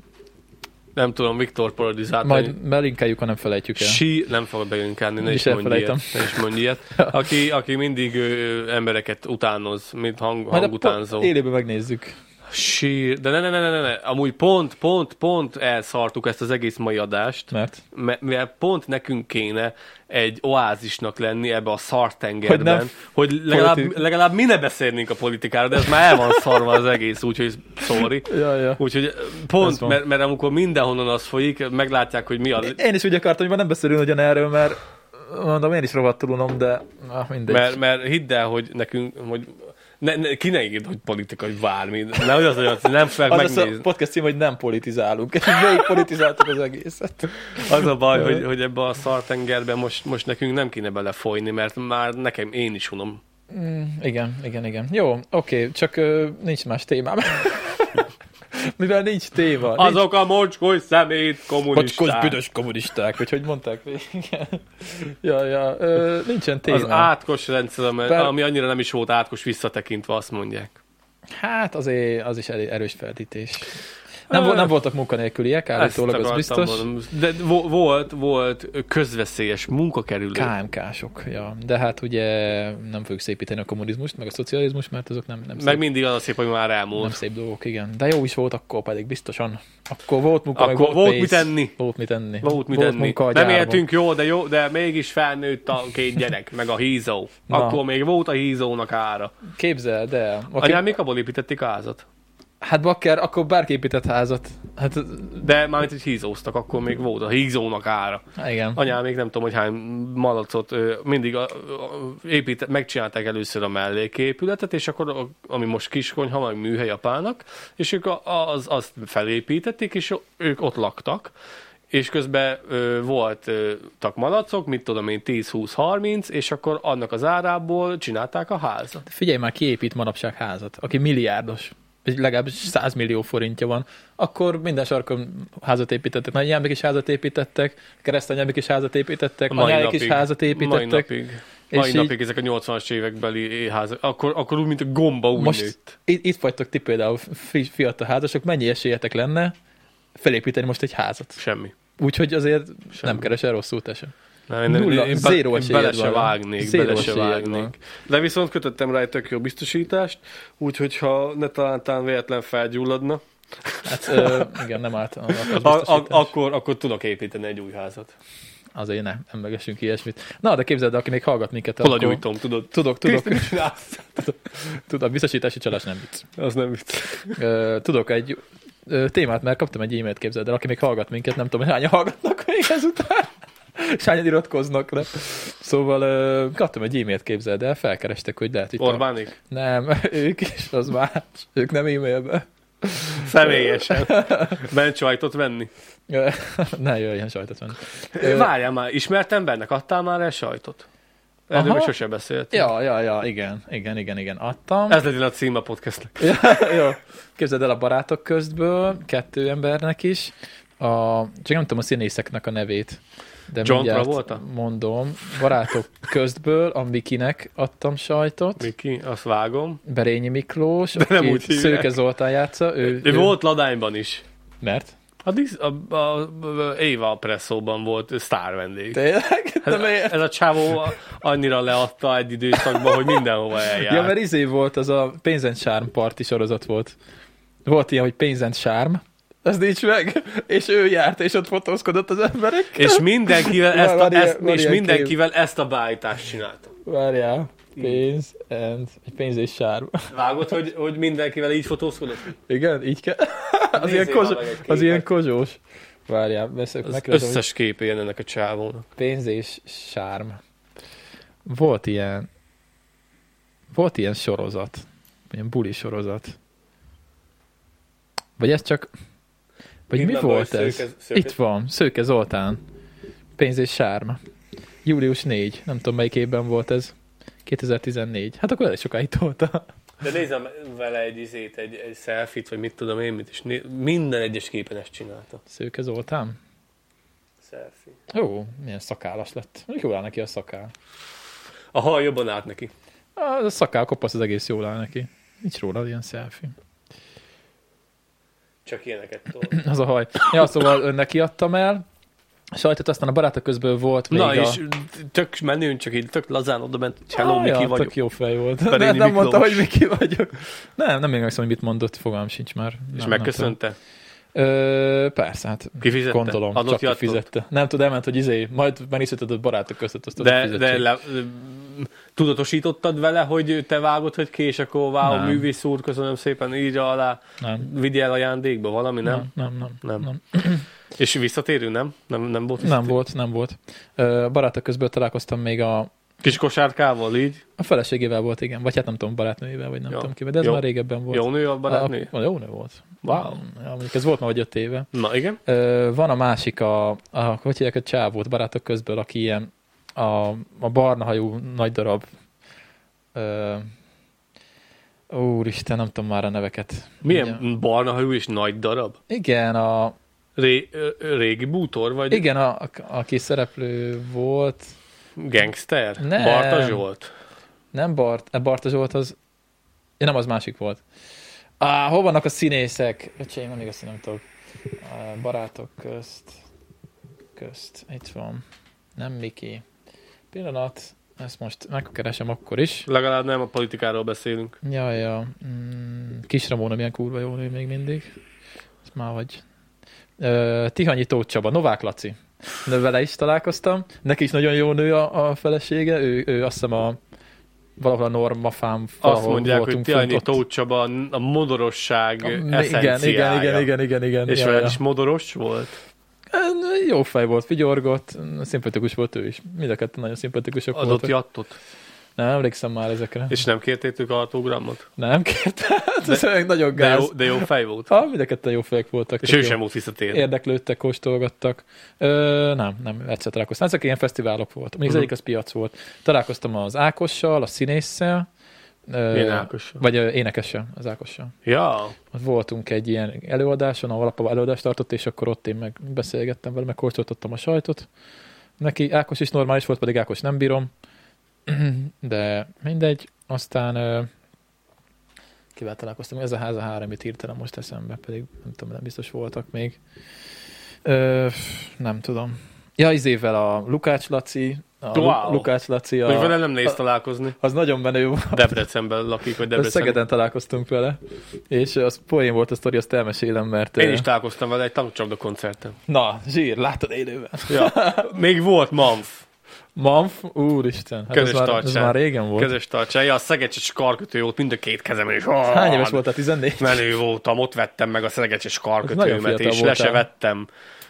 Speaker 2: Nem tudom, Viktor parodizálta. hogy-
Speaker 1: majd belinkeljük, ha nem felejtjük el.
Speaker 2: Sí, nem fogod bejönkelni, ne
Speaker 1: Is
Speaker 2: is, mondj
Speaker 1: elfelejtem.
Speaker 2: ilyet, ne is mondj ilyet.
Speaker 1: [laughs]
Speaker 2: Aki, aki mindig ö, embereket utánoz, mint hang,
Speaker 1: Majd a
Speaker 2: hangutánzó.
Speaker 1: po- élőben megnézzük.
Speaker 2: Sí, de ne, ne, ne, ne, ne, ne, amúgy pont, pont, pont elszartuk ezt az egész mai adást,
Speaker 1: Mert?
Speaker 2: me- mert pont nekünk kéne egy oázisnak lenni ebbe a szartengerben,
Speaker 1: Hogy
Speaker 2: hogy,
Speaker 1: nem
Speaker 2: hogy legalább,
Speaker 1: politi-
Speaker 2: legalább mi ne beszélnénk a politikára, de ez már el van szarva az egész, úgyhogy sorry.
Speaker 1: Ja, ja.
Speaker 2: Úgyhogy
Speaker 1: Ez
Speaker 2: pont,
Speaker 1: van.
Speaker 2: mert, mert amikor mindenhonnan az folyik, meglátják, hogy mi a
Speaker 1: Én is úgy akartam, hogy már nem beszélünk ugyan erről, mert mondom, én is rovattul unom, de ah, mindegy.
Speaker 2: Mert, mert hidd el, hogy nekünk, hogy ne, ne, ki ne írd, hogy politikai bármi. Nem, hogy az olyan, nem fogják
Speaker 1: az lesz a
Speaker 2: megnézni.
Speaker 1: podcast cím, hogy nem politizálunk. Végig politizáltuk az egészet.
Speaker 2: Az a baj, hogy, hogy ebbe a szartengerbe most, most nekünk nem kéne belefolyni, mert már nekem én is unom.
Speaker 1: Mm, igen, igen, igen. Jó, oké, csak ö, nincs más témám. [laughs] Mivel nincs téma. nincs...
Speaker 2: Azok a mocskos szemét
Speaker 1: Bocskos
Speaker 2: kommunisták.
Speaker 1: büdös kommunisták, vagy hogy mondták igen. ja, ja, ö, nincsen téma.
Speaker 2: Az átkos rendszer, ami-
Speaker 1: Bár-
Speaker 2: ami annyira nem is volt átkos visszatekintve, azt mondják.
Speaker 1: Hát azért az is elég erős feltítés. Nem,
Speaker 2: Ö,
Speaker 1: vo- nem voltak munkanélküliek, állítólag az
Speaker 2: akartam
Speaker 1: biztos.
Speaker 2: Mondani. De vo- volt, volt közveszélyes munkakerülő.
Speaker 1: KMK-sok, ja. De hát ugye nem fogjuk szépíteni a kommunizmust, meg a szocializmust, mert azok nem, nem,
Speaker 2: Meg
Speaker 1: szép,
Speaker 2: mindig az a szép, hogy már
Speaker 1: nem
Speaker 2: elmúlt.
Speaker 1: szép dolgok, igen. De jó is volt akkor pedig, biztosan. Akkor volt munka, meg
Speaker 2: Akkor volt
Speaker 1: pénz.
Speaker 2: mit enni.
Speaker 1: Volt mit enni.
Speaker 2: Volt mit enni.
Speaker 1: munka a
Speaker 2: Nem
Speaker 1: gyárban.
Speaker 2: éltünk jó, de jó, de mégis felnőtt a két gyerek, meg a hízó.
Speaker 1: Na.
Speaker 2: Akkor még volt a hízónak ára.
Speaker 1: Képzeld el.
Speaker 2: Okay.
Speaker 1: Aki,
Speaker 2: Anyám, még abból építették a házat.
Speaker 1: hát bakker, akkor bárki épített házat. Hát
Speaker 2: De mármint, hogy hízóztak, akkor még volt a hízónak ára.
Speaker 1: igen.
Speaker 2: Anyám még nem tudom, hogy hány malacot ö, mindig a, a, épít, megcsinálták először a melléképületet, és akkor a, ami most kiskonyha, vagy műhely apának, és ők a, az, azt felépítették, és ők ott laktak. És közben ö, voltak malacok, mit tudom én, 10-20-30, és akkor annak az árából csinálták a házat.
Speaker 1: Figyelj már, kiépít manapság házat, aki milliárdos vagy legalább 100 millió forintja van, akkor minden sarkon házat építettek. Nagyjámbék is házat építettek, keresztanyámbék is házat építettek, anyáik is házat
Speaker 2: Mai
Speaker 1: építettek.
Speaker 2: napig.
Speaker 1: és
Speaker 2: Mai
Speaker 1: így-
Speaker 2: napig ezek a 80-as évekbeli házak. Akkor, akkor úgy, mint a gomba úgy Most...
Speaker 1: Most
Speaker 2: nőtt.
Speaker 1: itt, itt vagytok ti például fi- fiatal házasok, mennyi esélyetek lenne felépíteni most egy házat?
Speaker 2: Semmi.
Speaker 1: Úgyhogy azért Sem.
Speaker 2: Semmi.
Speaker 1: nem keresel rosszul te sem.
Speaker 2: Nem, én, nem,
Speaker 1: Nulla,
Speaker 2: én, be,
Speaker 1: zéro
Speaker 2: én
Speaker 1: esélyed
Speaker 2: bele se
Speaker 1: van rá.
Speaker 2: vágnék,
Speaker 1: Zéro
Speaker 2: bele se
Speaker 1: esélyed
Speaker 2: vágnék.
Speaker 1: van.
Speaker 2: De viszont kötöttem rá egy tök jó biztosítást, úgyhogy ha ne talán, talán véletlen felgyulladna,
Speaker 1: Hát
Speaker 2: [laughs]
Speaker 1: ö, igen, nem állt. Az
Speaker 2: a, a,
Speaker 1: biztosítás.
Speaker 2: akkor, akkor tudok építeni egy új házat.
Speaker 1: Azért ne, nem mögössünk ilyesmit. Na, de képzeld, el, aki még hallgat minket,
Speaker 2: Hol a gyújtom, tudod?
Speaker 1: Tudok, tudok,
Speaker 2: Kriszti, mit csinálsz?
Speaker 1: tudok, a biztosítási csalás nem vicc.
Speaker 2: Az nem vicc.
Speaker 1: Ö, Tudok egy ö, témát, mert kaptam egy e-mailt, képzeld el, aki még hallgat minket, nem tudom, hogy hányan hallgatnak még ezután, és hányan iratkoznak le. Szóval ö, kaptam egy e-mailt, képzeld el, felkerestek, hogy lehet, hogy...
Speaker 2: Orbánik?
Speaker 1: Nem, [laughs] ők is, az más. Ők nem e-mailbe.
Speaker 2: Személyesen.
Speaker 1: [laughs]
Speaker 2: Bencsajtot venni.
Speaker 1: Ö, [laughs] Ne jöjjön sajtot venni. Ö,
Speaker 2: Várjál már, ismert embernek adtál már el sajtot? Erről
Speaker 1: Aha.
Speaker 2: még sose beszélt.
Speaker 1: Ja, ja, ja, igen, igen, igen, igen, adtam.
Speaker 2: Ez legyen a cím a podcastnek.
Speaker 1: Ja, [laughs] jó. Képzeld el a barátok közből, kettő embernek is, a, csak nem tudom a színészeknek a nevét. De
Speaker 2: John
Speaker 1: mindjárt
Speaker 2: Travolta?
Speaker 1: Mondom, barátok közből a Mikinek adtam sajtot,
Speaker 2: Miki, azt vágom.
Speaker 1: Berényi Miklós, De
Speaker 2: nem
Speaker 1: aki
Speaker 2: úgy hívják.
Speaker 1: Szőke Zoltán játsza, ő,
Speaker 2: Ő volt ladányban is.
Speaker 1: Mert?
Speaker 2: A, disz, a, a, a Éva Presszóban volt sztár vendég.
Speaker 1: Tényleg?
Speaker 2: Ez, ez a csávó annyira leadta egy időszakban, hogy mindenhova eljár.
Speaker 1: Ja, mert izé volt, az a Pénz and Charm parti sorozat volt. Volt ilyen, hogy Pénz and Charm, ez nincs meg, és ő járt, és ott fotózkodott az emberek.
Speaker 2: És mindenkivel,
Speaker 1: Ja,
Speaker 2: ezt a,
Speaker 1: van ilyen-
Speaker 2: ezt,
Speaker 1: van
Speaker 2: és
Speaker 1: ilyen
Speaker 2: mindenkivel ezt a beállítást csinálta.
Speaker 1: Várjál, pénz and, pénz és sárm.
Speaker 2: Vágod, hogy, hogy mindenkivel így fotózkodott?
Speaker 1: Igen, így kell. Az
Speaker 2: Nézzél
Speaker 1: ilyen,
Speaker 2: már
Speaker 1: kozs...
Speaker 2: meg egy
Speaker 1: az ilyen
Speaker 2: képet.
Speaker 1: kozsós. Várjál, veszek,
Speaker 2: Az
Speaker 1: megkérdezem, hogy
Speaker 2: összes kép ilyen ennek a csávónak.
Speaker 1: pénz és sárm. Volt ilyen, volt ilyen sorozat, ilyen buli sorozat. Vagy ez csak, vagy mi
Speaker 2: Villámban
Speaker 1: volt
Speaker 2: és
Speaker 1: ez?
Speaker 2: szőke- szőke-
Speaker 1: Itt van, Szőke Zoltán. Pénz és sárm. Július 4, nem tudom melyik évben volt ez. 2014. Hát akkor elég sokáig tolta.
Speaker 2: De nézem vele egy izét, egy, egy selfit, vagy mit tudom én mit, és né- minden egyes képen ezt csinálta.
Speaker 1: Szőke Zoltán?
Speaker 2: Selfie.
Speaker 1: Jó, milyen szakállas lett. Mondjuk jól áll neki a szakál.
Speaker 2: A hal jobban állt neki.
Speaker 1: A a szakál kopasz az egész jól áll neki. Nincs róla ilyen selfie.
Speaker 2: Csak ilyeneket tol.
Speaker 1: [clears throat] Az a haj. Ja, szóval ö, neki adtam el. Sajtot aztán a barátok közből volt még
Speaker 2: Na,
Speaker 1: a...
Speaker 2: és tök menőn, csak így tök lazán oda ment, hello,
Speaker 1: Ah,
Speaker 2: Miki
Speaker 1: ja,
Speaker 2: vagyok.
Speaker 1: Tök jó fej volt.
Speaker 2: Perényi
Speaker 1: [laughs] Nem, nem mondta,
Speaker 2: Miklós.
Speaker 1: hogy Miki vagyok. Nem, nem emlékszem, hogy mit mondott, fogalmam sincs már. Nem,
Speaker 2: És
Speaker 1: nem tudom.
Speaker 2: megköszönte?
Speaker 1: Ö, persze, hát
Speaker 2: Kifizette?
Speaker 1: gondolom,
Speaker 2: Adott
Speaker 1: csak
Speaker 2: jattot?
Speaker 1: kifizette. Nem tudom, elment, hogy izé, majd megiszeted a barátok között, azt ott
Speaker 2: De,
Speaker 1: fizetjük.
Speaker 2: de le, tudatosítottad vele, hogy te vágod, hogy kés, akkor wow,
Speaker 1: Nem.
Speaker 2: művész úr, köszönöm szépen, írja alá,
Speaker 1: Nem.
Speaker 2: vigyél ajándékba, valami, nem?
Speaker 1: Nem, nem, nem.
Speaker 2: Nem.
Speaker 1: nem.
Speaker 2: És visszatérő, nem? Nem, nem volt
Speaker 1: Nem volt, nem volt. Ö, A barátok közből találkoztam még a,
Speaker 2: Kis kosárkával így.
Speaker 1: a feleségével volt, igen. Vagy hát nem tudom, barátnőjével, vagy nem
Speaker 2: Jó.
Speaker 1: tudom ki, de ez
Speaker 2: Jó.
Speaker 1: már régebben volt.
Speaker 2: Jó nő a barátnő.
Speaker 1: A, a jó nő volt.
Speaker 2: Wow.
Speaker 1: Ja, mondjuk ez volt már vagy öt éve.
Speaker 2: Na igen.
Speaker 1: Ö, van a másik, a, a hogy hívják a csávót, barátok közből, aki ilyen a, a barna hajú nagy darab. Ö, úristen, nem tudom már a neveket.
Speaker 2: Milyen
Speaker 1: Ugye-
Speaker 2: igen. barna hajú és nagy darab?
Speaker 1: Igen, a,
Speaker 2: Ré, ö, régi bútor vagy igen.
Speaker 1: igen a, a, aki szereplő volt,
Speaker 2: gangster?
Speaker 1: Nem.
Speaker 2: Barta Zsolt?
Speaker 1: nem Bart, e Barta Zsolt az, ja, nem, az másik volt. Á, hol vannak a színészek? Öcsém, nem igaz, nem tudok. Á, Barátok közt, közt, itt van. Nem Miki. Pillanat, ezt most megkeresem akkor is.
Speaker 2: Legalább nem a politikáról beszélünk.
Speaker 1: Ja, ja. Mm, kis Ramona milyen kurva jó nő még mindig. Ez már vagy. Ö, Tihanyi Tóth Csaba, Novák Laci. De vele is találkoztam. Neki is nagyon jó nő a, a felesége. Ő, ő azt hiszem a valahol a normafám
Speaker 2: Azt mondják, hogy
Speaker 1: voltunk
Speaker 2: Tihanyi
Speaker 1: fent ott.
Speaker 2: Tóth Csaba a modorosság
Speaker 1: A- igen, igen,
Speaker 2: eszenciája.
Speaker 1: igen, igen, igen, igen, igen.
Speaker 2: És
Speaker 1: ja,
Speaker 2: veled
Speaker 1: ja.
Speaker 2: is modoros volt?
Speaker 1: Ö, Jó fej volt, vigyorgott, szimpatikus volt ő is. Mind a ketten nagyon szimpatikusok
Speaker 2: Adott
Speaker 1: voltak.
Speaker 2: jattot?
Speaker 1: Nem emlékszem már ezekre. És
Speaker 2: És nem kértétük autogramot?
Speaker 1: nem [laughs] kérte, hát ez olyan [laughs] nagyon
Speaker 2: De
Speaker 1: gáz.
Speaker 2: jó, de jó fej volt.
Speaker 1: Ha, mind a ketten jó fejek voltak.
Speaker 2: És
Speaker 1: tök
Speaker 2: ő
Speaker 1: jó.
Speaker 2: sem volt visszatérni.
Speaker 1: érdeklődtek, kóstolgattak. Ö, nem, nem, egyszer találkoztam. Ezek ilyen fesztiválok voltak. Még az
Speaker 2: Mhm.
Speaker 1: egyik az piac volt. Találkoztam az Ákossal, a színésszel. Ö,
Speaker 2: Én Ákossal.
Speaker 1: Vagy ö, énekessel, az Ákossal.
Speaker 2: Ja,
Speaker 1: Ott voltunk egy ilyen előadáson, ahol apa előadást tartott, és akkor ott én meg beszélgettem vele, meg kóstoltottam a sajtot. Neki Ákos is normális volt, pedig Ákos nem bírom. [clears throat] De mindegy. Aztán ö, kivel találkoztam, ez a háza három, amit írtam most eszembe, pedig nem tudom, nem biztos voltak még. Ö, nem tudom. Ja, izével a Lukács Laci, a wow.
Speaker 2: Wow.
Speaker 1: Lukács Laci,
Speaker 2: ja. vele
Speaker 1: a,
Speaker 2: nem nehéz találkozni.
Speaker 1: az nagyon menő volt.
Speaker 2: Debrecenben lakik, vagy
Speaker 1: Debrecen.
Speaker 2: Debrecen.
Speaker 1: Szegeden találkoztunk vele, és az poén volt a sztori, azt elmesélem, mert...
Speaker 2: Én
Speaker 1: eh,
Speaker 2: is találkoztam vele egy tankcsapda koncerten.
Speaker 1: Na, zsír, láttad élőben.
Speaker 2: Ja. Még volt Manf,
Speaker 1: Manf, úristen, hát ez
Speaker 2: Közös
Speaker 1: már, ez
Speaker 2: tartság.
Speaker 1: már régen volt.
Speaker 2: kezes tartsa. Ja, a szegecses karkötő volt mind a két kezemen, és oh,
Speaker 1: Hány éves voltál, 14?
Speaker 2: Menő voltam, ott vettem meg a szegecses
Speaker 1: Nagyon
Speaker 2: karkötőmet,
Speaker 1: fiatal
Speaker 2: és le se
Speaker 1: voltál.
Speaker 2: vettem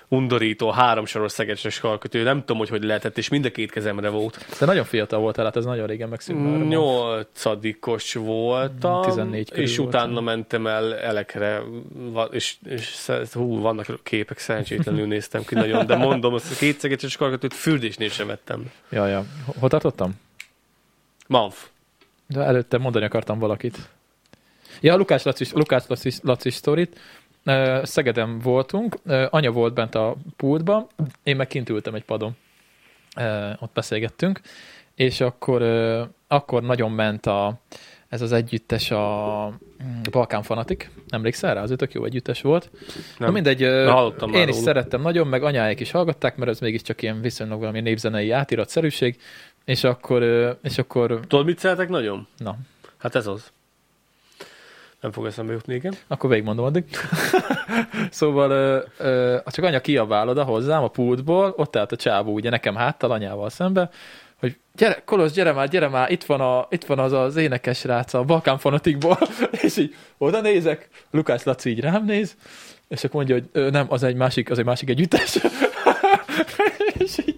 Speaker 2: undorító háromsoros szegecses karkötő. Nem tudom, hogy hogy lehetett, és mind a két kezemre volt.
Speaker 1: De nagyon fiatal voltál, hát ez nagyon régen megszűnt már. a Manf.
Speaker 2: Nyolcadikos voltam,
Speaker 1: 14 körül
Speaker 2: és
Speaker 1: voltam.
Speaker 2: utána mentem el elekre, va- és, és sze- hú, vannak képek, szerencsétlenül néztem ki nagyon, de mondom, azt a két szegecses karkötőt fürdésnél sem vettem.
Speaker 1: Ja, ja. Hol tartottam?
Speaker 2: Manf.
Speaker 1: De előtte mondani akartam valakit. Ja, a Lukács Laci, Lukács Laci, Laci sztorit. Ö, Szegeden voltunk, Ö, anya volt bent a pultban, én meg kint ültem egy padon. Ö, Ott beszélgettünk, és akkor, ö, akkor nagyon ment a, ez az együttes a mm, Balkán Fanatik. Emlékszel rá? Az ötök jó együttes volt. Nem. Na mindegy, ö,
Speaker 2: Na, hallottam már
Speaker 1: én is
Speaker 2: róla.
Speaker 1: szerettem nagyon, meg anyáik is hallgatták, mert ez mégiscsak ilyen viszonylag valami népzenei átiratszerűség, és akkor, ö, és akkor,
Speaker 2: Tudod, mit szeretek nagyon?
Speaker 1: na,
Speaker 2: Hát ez az. Nem fog eszembe jutni, igen.
Speaker 1: Akkor végigmondom addig. szóval ö, ö, csak anya kiabál oda hozzám a pultból, ott állt a csávó ugye nekem háttal anyával szembe, hogy gyere, Kolos, gyere már, gyere már, itt van, a, itt van az az énekes rác a Balkán fanatikból, [laughs] és így oda nézek, Lukács Laci így rám néz, és akkor mondja, hogy ö, nem, az egy másik, az egy másik együttes. [laughs] és így,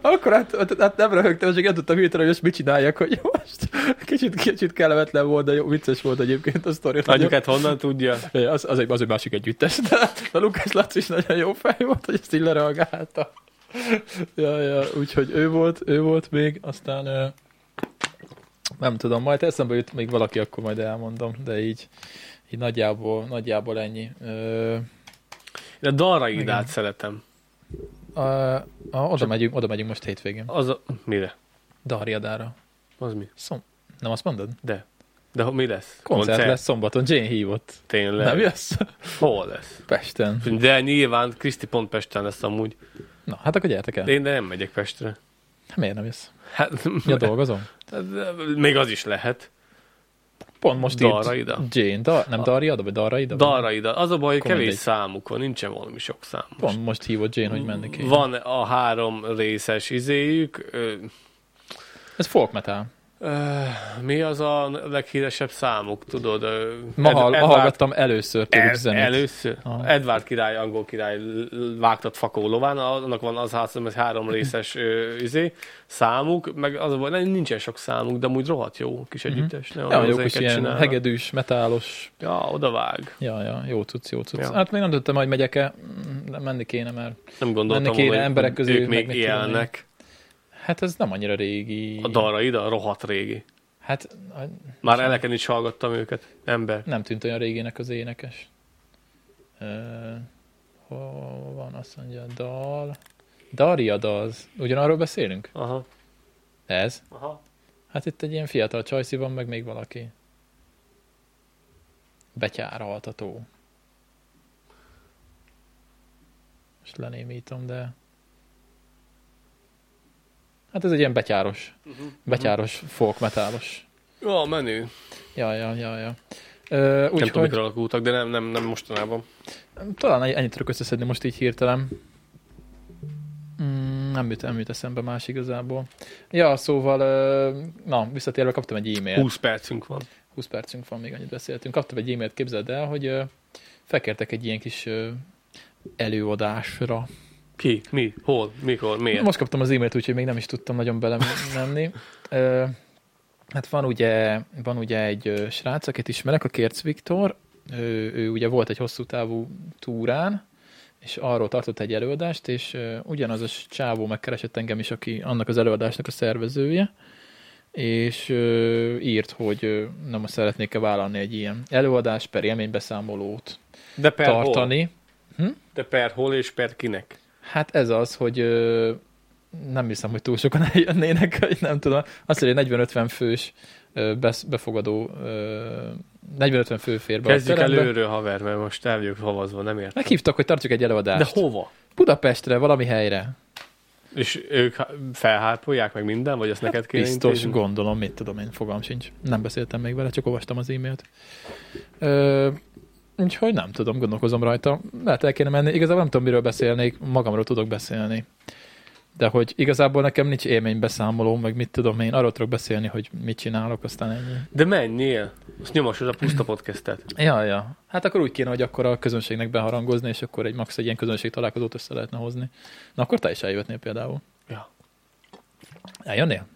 Speaker 1: akkor hát, hát nem röhögtem, csak nem tudtam hirtelen, hogy most mit csináljak, hogy most kicsit, kicsit kellemetlen volt, de jó, vicces volt egyébként a sztori. nagyon.
Speaker 2: Anyukát honnan tudja?
Speaker 1: Ja, Az, az, egy, az egy másik együttes, de a Lukács Laci is nagyon jó fej volt, hogy ezt így lereagálta. Ja, ja, úgyhogy ő volt, ő volt még, aztán ö, nem tudom, majd eszembe jut még valaki, akkor majd elmondom, de így, így nagyjából, nagyjából ennyi. Ö,
Speaker 2: Én a
Speaker 1: Igen.
Speaker 2: Darraidát szeretem.
Speaker 1: a, a, oda, megyünk, oda megyünk most hétvégén.
Speaker 2: Az a... Mire?
Speaker 1: Darjadára.
Speaker 2: Az mi?
Speaker 1: Szom... Nem azt mondod?
Speaker 2: De. De ho- mi lesz?
Speaker 1: Koncert, lesz szombaton, Jane hívott.
Speaker 2: Tényleg.
Speaker 1: Nem jössz?
Speaker 2: Hol lesz?
Speaker 1: Pesten.
Speaker 2: De nyilván Kriszti pont Pesten lesz amúgy.
Speaker 1: Na, hát akkor gyertek el.
Speaker 2: De én nem megyek Pestre.
Speaker 1: Miért nem jössz?
Speaker 2: Hát,
Speaker 1: Ja,
Speaker 2: [laughs]
Speaker 1: dolgozom?
Speaker 2: még az is lehet.
Speaker 1: Pont most
Speaker 2: Darraida.
Speaker 1: írt Jane, da, nem Darjaida, vagy Darraida?
Speaker 2: Darraida. Az a baj, hogy
Speaker 1: Akkor
Speaker 2: kevés
Speaker 1: mindegy.
Speaker 2: számuk van, nincsen valami sok szám.
Speaker 1: Pont most hívott Jane, hogy menni kell.
Speaker 2: Van a három részes izéjük, ö,
Speaker 1: Ez folk metal.
Speaker 2: Öh, Mi az a leghíresebb számuk, tudod? Ö,
Speaker 1: Ma,
Speaker 2: Ed-
Speaker 1: hall, ma
Speaker 2: Edward-
Speaker 1: hallgattam először tőlük
Speaker 2: El,
Speaker 1: zenét.
Speaker 2: először.
Speaker 1: Aha.
Speaker 2: Edward király, angol király l- l- vágtat fakó lován, a- annak van az hát ez
Speaker 1: [laughs]
Speaker 2: három részes ö, izé, számuk, meg az a baj, nem- nincsen sok számuk, de amúgy rohadt jó kis együttes. Mm-hmm.
Speaker 1: Mhm. Ja, jók is ilyen hegedűs, metálos.
Speaker 2: Ja, odavág.
Speaker 1: Ja, ja, jó cucc, jó cucc.
Speaker 2: Ja.
Speaker 1: Ja. Hát még nem tudtam, hogy megyek-e. Mm, De menni kéne, mert
Speaker 2: Nem gondoltam,
Speaker 1: Menni kéne
Speaker 2: volna,
Speaker 1: emberek közül,
Speaker 2: ők
Speaker 1: meg
Speaker 2: még
Speaker 1: mit tudom én.
Speaker 2: élnek.
Speaker 1: hát ez nem annyira régi.
Speaker 2: A dalra ide, a rohadt régi.
Speaker 1: Hát a-
Speaker 2: Már eleken is hallgattam őket. Ember.
Speaker 1: nem tűnt olyan régének az énekes. Ö, hol van, azt mondja, dal. Daria Daz. Ugyanarról beszélünk?
Speaker 2: Aha.
Speaker 1: Ez?
Speaker 2: Aha.
Speaker 1: Hát itt egy ilyen fiatal csajszi van, meg még valaki. Betyára altató. Most lenémítom, de... Hát ez egy ilyen betyáros.
Speaker 2: Mhm.
Speaker 1: Betyáros, folk metálos.
Speaker 2: Ja, a menő.
Speaker 1: Ja, ja, ja, ja. Ö,
Speaker 2: Nem tudom, mikor
Speaker 1: úgyhogy
Speaker 2: alakultak, de nem, nem, nem mostanában.
Speaker 1: talán egy- ennyit tudok összeszedni most így hirtelen. Mm, nem, jut, nem jut eszembe más igazából. Ja, szóval, ö, na, visszatérve kaptam egy e-mailt.
Speaker 2: 20 percünk van.
Speaker 1: 20 percünk van, még annyit beszéltünk. Kaptam egy e-mailt, képzeld el, hogy ö, felkértek egy ilyen kis ö, előadásra.
Speaker 2: Ki? Mi? Hol? Mikor? Miért?
Speaker 1: Most kaptam az e-mailt, úgyhogy még nem is tudtam nagyon
Speaker 2: [laughs]
Speaker 1: belemenni. Ö, Hát van ugye, van ugye egy ö, srác, akit ismerek, a Kérc Viktor, ő, ő ugye volt egy hosszú távú túrán, és arról tartott egy előadást, és ö, ugyanaz a csávó megkeresett engem is, aki annak az előadásnak a szervezője, és ö, írt, hogy ö, nem most szeretnék-e vállalni egy ilyen előadást per élménybeszámolót
Speaker 2: De per hol?
Speaker 1: tartani.
Speaker 2: De per hol és per kinek?
Speaker 1: Hát ez az, hogy ö, nem hiszem, hogy túl sokan [laughs] eljönnének, vagy nem tudom. Azt mondja, hogy 40-50 fős ö, besz- befogadó, ö, 40-50 fő fér be
Speaker 2: Kezdjük
Speaker 1: a terembe.
Speaker 2: előről, haver, mert most el vagyok havazva, nem értem.
Speaker 1: Meghívtak, hogy tartjuk egy előadást.
Speaker 2: De hova?
Speaker 1: Budapestre, valami helyre.
Speaker 2: És ők há- felhárpolják meg minden, vagy ezt neked kéne
Speaker 1: Hát Biztos,
Speaker 2: intézni?
Speaker 1: gondolom, mit tudom én, fogalm sincs. Nem beszéltem még vele, csak olvastam az e-mailt. Ö, úgyhogy nem tudom, gondolkozom rajta. Lehet el kéne menni. Igazából nem tudom, miről beszélnék, magamról tudok beszélni. De hogy igazából nekem nincs élménybeszámoló, meg mit tudom én, arról tudok beszélni, hogy mit csinálok, aztán ennyi.
Speaker 2: De menjél! Azt nyomasod a puszta podcastet.
Speaker 1: Ja, ja. Hát akkor úgy kéne, hogy akkor a közönségnek beharangozni, és akkor egy max egy ilyen közönség találkozót össze lehetne hozni. Na akkor te is eljöhetnél például.
Speaker 2: Ja.
Speaker 1: Eljönnél?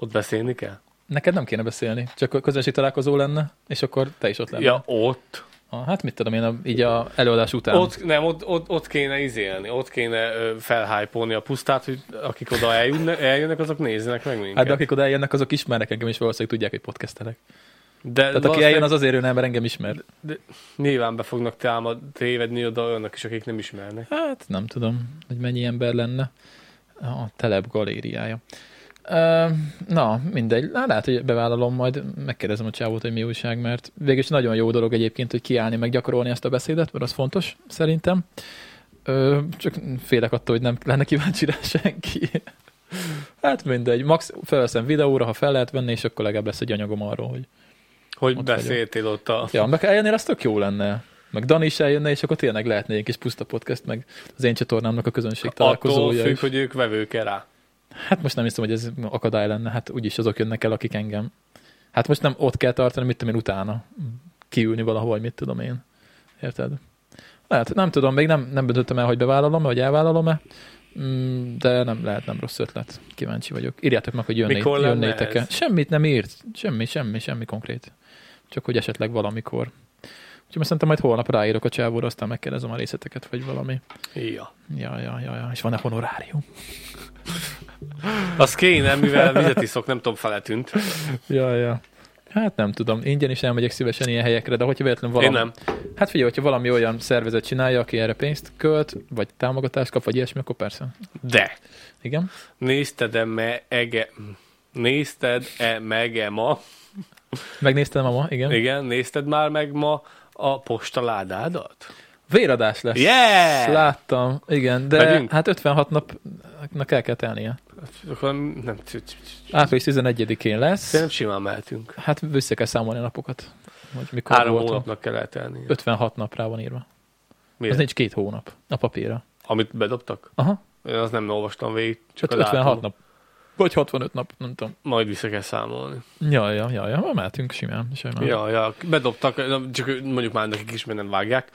Speaker 2: Ott beszélni kell?
Speaker 1: Neked nem kéne beszélni, csak a közönség találkozó lenne, és akkor te is ott lennél.
Speaker 2: Ja, ott.
Speaker 1: Ah, hát mit tudom én, a, így a előadás után.
Speaker 2: Ott, nem, ott, ott, ott kéne izélni, ott kéne ö, felhájpolni a pusztát, hogy akik oda eljönnek, eljönnek azok nézzenek meg minket.
Speaker 1: hát de akik oda eljönnek, azok ismernek engem, és valószínűleg tudják, hogy podcastelek.
Speaker 2: de
Speaker 1: Tehát aki
Speaker 2: valószínűleg
Speaker 1: eljön, az azért jön el, mert engem ismer.
Speaker 2: Nyilván be fognak támad, tévedni oda olyanok is, akik nem ismernek.
Speaker 1: Hát nem tudom, hogy mennyi ember lenne a telep galériája. Ö, Na, mindegy. Lá- Lehet, hogy bevállalom, majd megkérdezem a csávót, hogy mi újság, mert végül is nagyon jó dolog egyébként, hogy kiállni, meg gyakorolni ezt a beszédet, mert az fontos, szerintem. Ö, Csak félek attól, hogy nem lenne kíváncsi rá senki. Hát mindegy. Max felveszem videóra, ha fel lehet venni, és akkor legalább lesz egy anyagom arról, hogy
Speaker 2: Hogy
Speaker 1: Ott
Speaker 2: beszéltél ott a...
Speaker 1: Ja, meg eljönnél, az tök jó lenne. Meg Dani is eljönne, és akkor tényleg lehetne egy kis puszta podcast, meg az én csatornámnak a közönség
Speaker 2: Attól
Speaker 1: találkozója.
Speaker 2: függ,
Speaker 1: is.
Speaker 2: hogy ők vevők-e rá.
Speaker 1: Hát most nem hiszem, hogy ez akadály lenne, hát úgyis azok jönnek el, akik engem. Hát most nem ott kell tartani, mit tudom én utána. Kiülni valahol, vagy mit tudom én. Érted? Lehet, nem tudom, még nem, nem döntöttem el, hogy bevállalom-e, vagy elvállalom-e, Mm, de nem lehet, nem rossz ötlet. Kíváncsi vagyok. Írjátok meg, hogy jönné,
Speaker 2: Mikor lenne
Speaker 1: jönnétek-e.
Speaker 2: ez?
Speaker 1: Semmit nem írt. Semmi, semmi, semmi konkrét. Csak hogy esetleg valamikor. Úgyhogy most szerintem majd holnap ráírok a csávóra, aztán megkérdezem a részleteket, vagy valami.
Speaker 2: Ja.
Speaker 1: Ja, ja, ja, ja. És van-e honorárium?
Speaker 2: Az kéne, mivel vizet iszok, nem tudom, feletűnt.
Speaker 1: Ja, ja. Hát nem tudom, ingyen is elmegyek szívesen ilyen helyekre, de hogyha véletlenül
Speaker 2: Én
Speaker 1: valami...
Speaker 2: nem.
Speaker 1: Hát figyelj, hogyha valami olyan szervezet csinálja, aki erre pénzt költ, vagy támogatást kap, vagy ilyesmi, akkor persze.
Speaker 2: De.
Speaker 1: Igen.
Speaker 2: Nézted-e me ege... Nézted-e meg e ma?
Speaker 1: Megnéztem ma, igen. igen.
Speaker 2: Igen, nézted már meg ma a postaládádat?
Speaker 1: Véradás lesz.
Speaker 2: Yeah!
Speaker 1: Láttam, igen, de
Speaker 2: Megyünk?
Speaker 1: hát 56 napnak el kell telnie.
Speaker 2: Akkor nem, c- c- c-
Speaker 1: Április 11-én lesz.
Speaker 2: szerintem simán mehetünk.
Speaker 1: Hát vissza kell számolni a napokat, hogy mikor
Speaker 2: Három
Speaker 1: voltam.
Speaker 2: hónapnak kell eltelni.
Speaker 1: 56 nap rá van írva.
Speaker 2: Miért?
Speaker 1: Az nincs két hónap a papírra.
Speaker 2: Amit bedobtak?
Speaker 1: Aha,
Speaker 2: Én azt nem olvastam végig.
Speaker 1: csak
Speaker 2: Csak a
Speaker 1: 56
Speaker 2: dátumot.
Speaker 1: nap. Vagy 65 nap, nem tudom.
Speaker 2: Majd vissza kell számolni.
Speaker 1: Ja, ja, ja, ja, mehetünk simán, simán. Ja.
Speaker 2: Ja, ja, bedobtak, na, csak mondjuk már nekik is, mert nem vágják,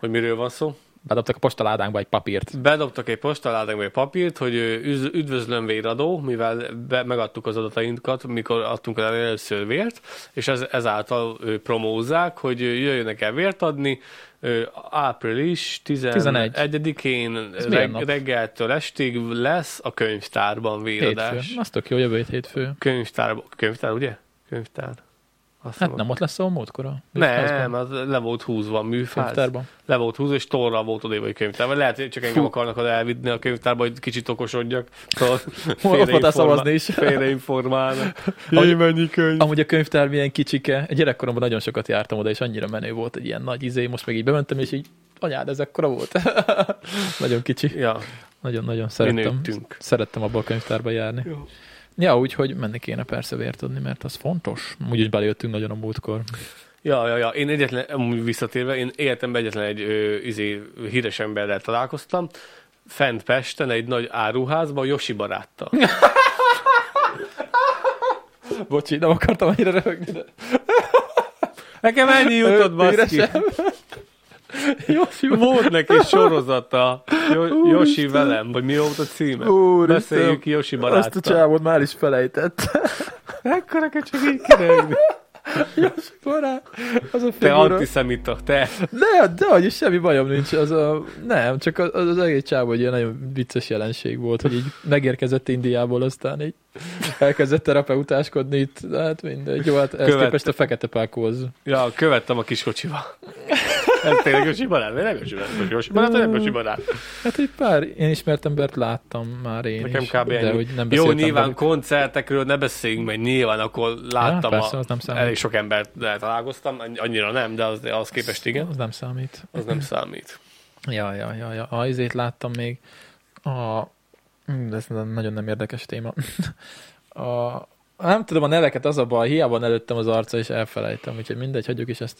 Speaker 2: hogy miről van szó.
Speaker 1: Bedobtak a postaládánkba egy papírt.
Speaker 2: Bedobtak egy postaládánkba egy papírt, hogy ö, üz- üdvözlöm véradó, mivel be, megadtuk az adatainkat, mikor adtunk el először vért, és ez, ezáltal ö, promózzák, hogy ö, jöjjönek el vért adni, ö, április
Speaker 1: 11.
Speaker 2: 11-én
Speaker 1: milyen
Speaker 2: reg,
Speaker 1: nap?
Speaker 2: reggeltől estig lesz a könyvtárban
Speaker 1: Hétfő.
Speaker 2: véradás.
Speaker 1: Az tök jó, jövő hét hétfő. Hát
Speaker 2: Könyvtár, könyvtár, ugye? Könyvtár. Azt
Speaker 1: Hát
Speaker 2: mondom.
Speaker 1: nem ott lesz a múltkor a
Speaker 2: Nem, az le volt húzva a műfáz. [laughs]
Speaker 1: könyvtárban.
Speaker 2: Le volt húzva, és torra volt odéva egy könyvtár. Vagy lehet, hogy csak engem
Speaker 1: Fú.
Speaker 2: akarnak oda elvinni a könyvtárba, hogy kicsit okosodjak. Szóval
Speaker 1: voltál
Speaker 2: félreinformál-
Speaker 1: szavazni is. [laughs]
Speaker 2: Félreinformálnak.
Speaker 1: Jaj,
Speaker 2: mennyi könyv.
Speaker 1: Amúgy a könyvtár milyen kicsike. Gyerekkoromban nagyon sokat jártam oda, és annyira menő volt egy ilyen nagy izé. Most meg így bementem, és így anyád, ez ekkora volt. [laughs] nagyon kicsi.
Speaker 2: Ja,
Speaker 1: Nagyon-nagyon
Speaker 2: mi
Speaker 1: szerettem.
Speaker 2: nőttünk.
Speaker 1: Szerettem abba a könyvtárba járni.
Speaker 2: Jó.
Speaker 1: Ja, úgyhogy menni kéne persze vért adni, mert az fontos. Úgyhogy belejöttünk nagyon a múltkor.
Speaker 2: Ja, ja, ja. Én egyetlen, amúgy visszatérve, én életemben egyetlen egy ö, izé, híres emberrel találkoztam. Fent Pesten, egy nagy áruházban, Josi baráttal.
Speaker 1: Bocsi, nem akartam annyira röhögni, de
Speaker 2: Nekem ennyi jutott, baszki.
Speaker 1: jó, jó.
Speaker 2: Volt neki sorozata, jo- Yoshi velem, vagy mi volt a címe?
Speaker 1: Úristen.
Speaker 2: Beszéljük Yoshi
Speaker 1: Azt a
Speaker 2: baráttal.
Speaker 1: csávót már is felejtett.
Speaker 2: Ekkora kell csak így kiregni.
Speaker 1: Pará, az a
Speaker 2: Te
Speaker 1: figura.
Speaker 2: antiszemita, te.
Speaker 1: Ne, de hogy semmi bajom nincs, az a... Nem, csak az, az egész csávó egy ilyen nagyon vicces jelenség volt, hogy így megérkezett Indiából, aztán így elkezdett terapeutáskodni itt, de hát mindegy. Jó, hát ezt
Speaker 2: Követte.
Speaker 1: képest a fekete pákóz.
Speaker 2: Ja, követtem a kiskocsival. [laughs] Ez tényleg Yoshi barát, vagy nem Yoshi barát, vagy Yoshi barát, vagy nem Yoshi barát.
Speaker 1: Hát egy pár én ismert embert láttam már én
Speaker 2: Nekem
Speaker 1: is,
Speaker 2: kb.
Speaker 1: de
Speaker 2: ennyi.
Speaker 1: hogy nem
Speaker 2: Jó,
Speaker 1: beszéltem
Speaker 2: nyilván
Speaker 1: velük.
Speaker 2: koncertekről ne beszéljünk, mert nyilván akkor láttam
Speaker 1: persze,
Speaker 2: a,
Speaker 1: az nem számít.
Speaker 2: elég sok embert de találkoztam, annyi- annyira nem, de az, az képest igen,
Speaker 1: Az nem számít.
Speaker 2: az nem számít.
Speaker 1: Ja, ja, ja, ja. A izét láttam még. A... Hm, Ez nagyon nem érdekes téma. [laughs] A... Nem tudom a neveket, az a baj, hiába van előttem az arca, és elfelejtem, úgyhogy mindegy, hagyjuk is ezt,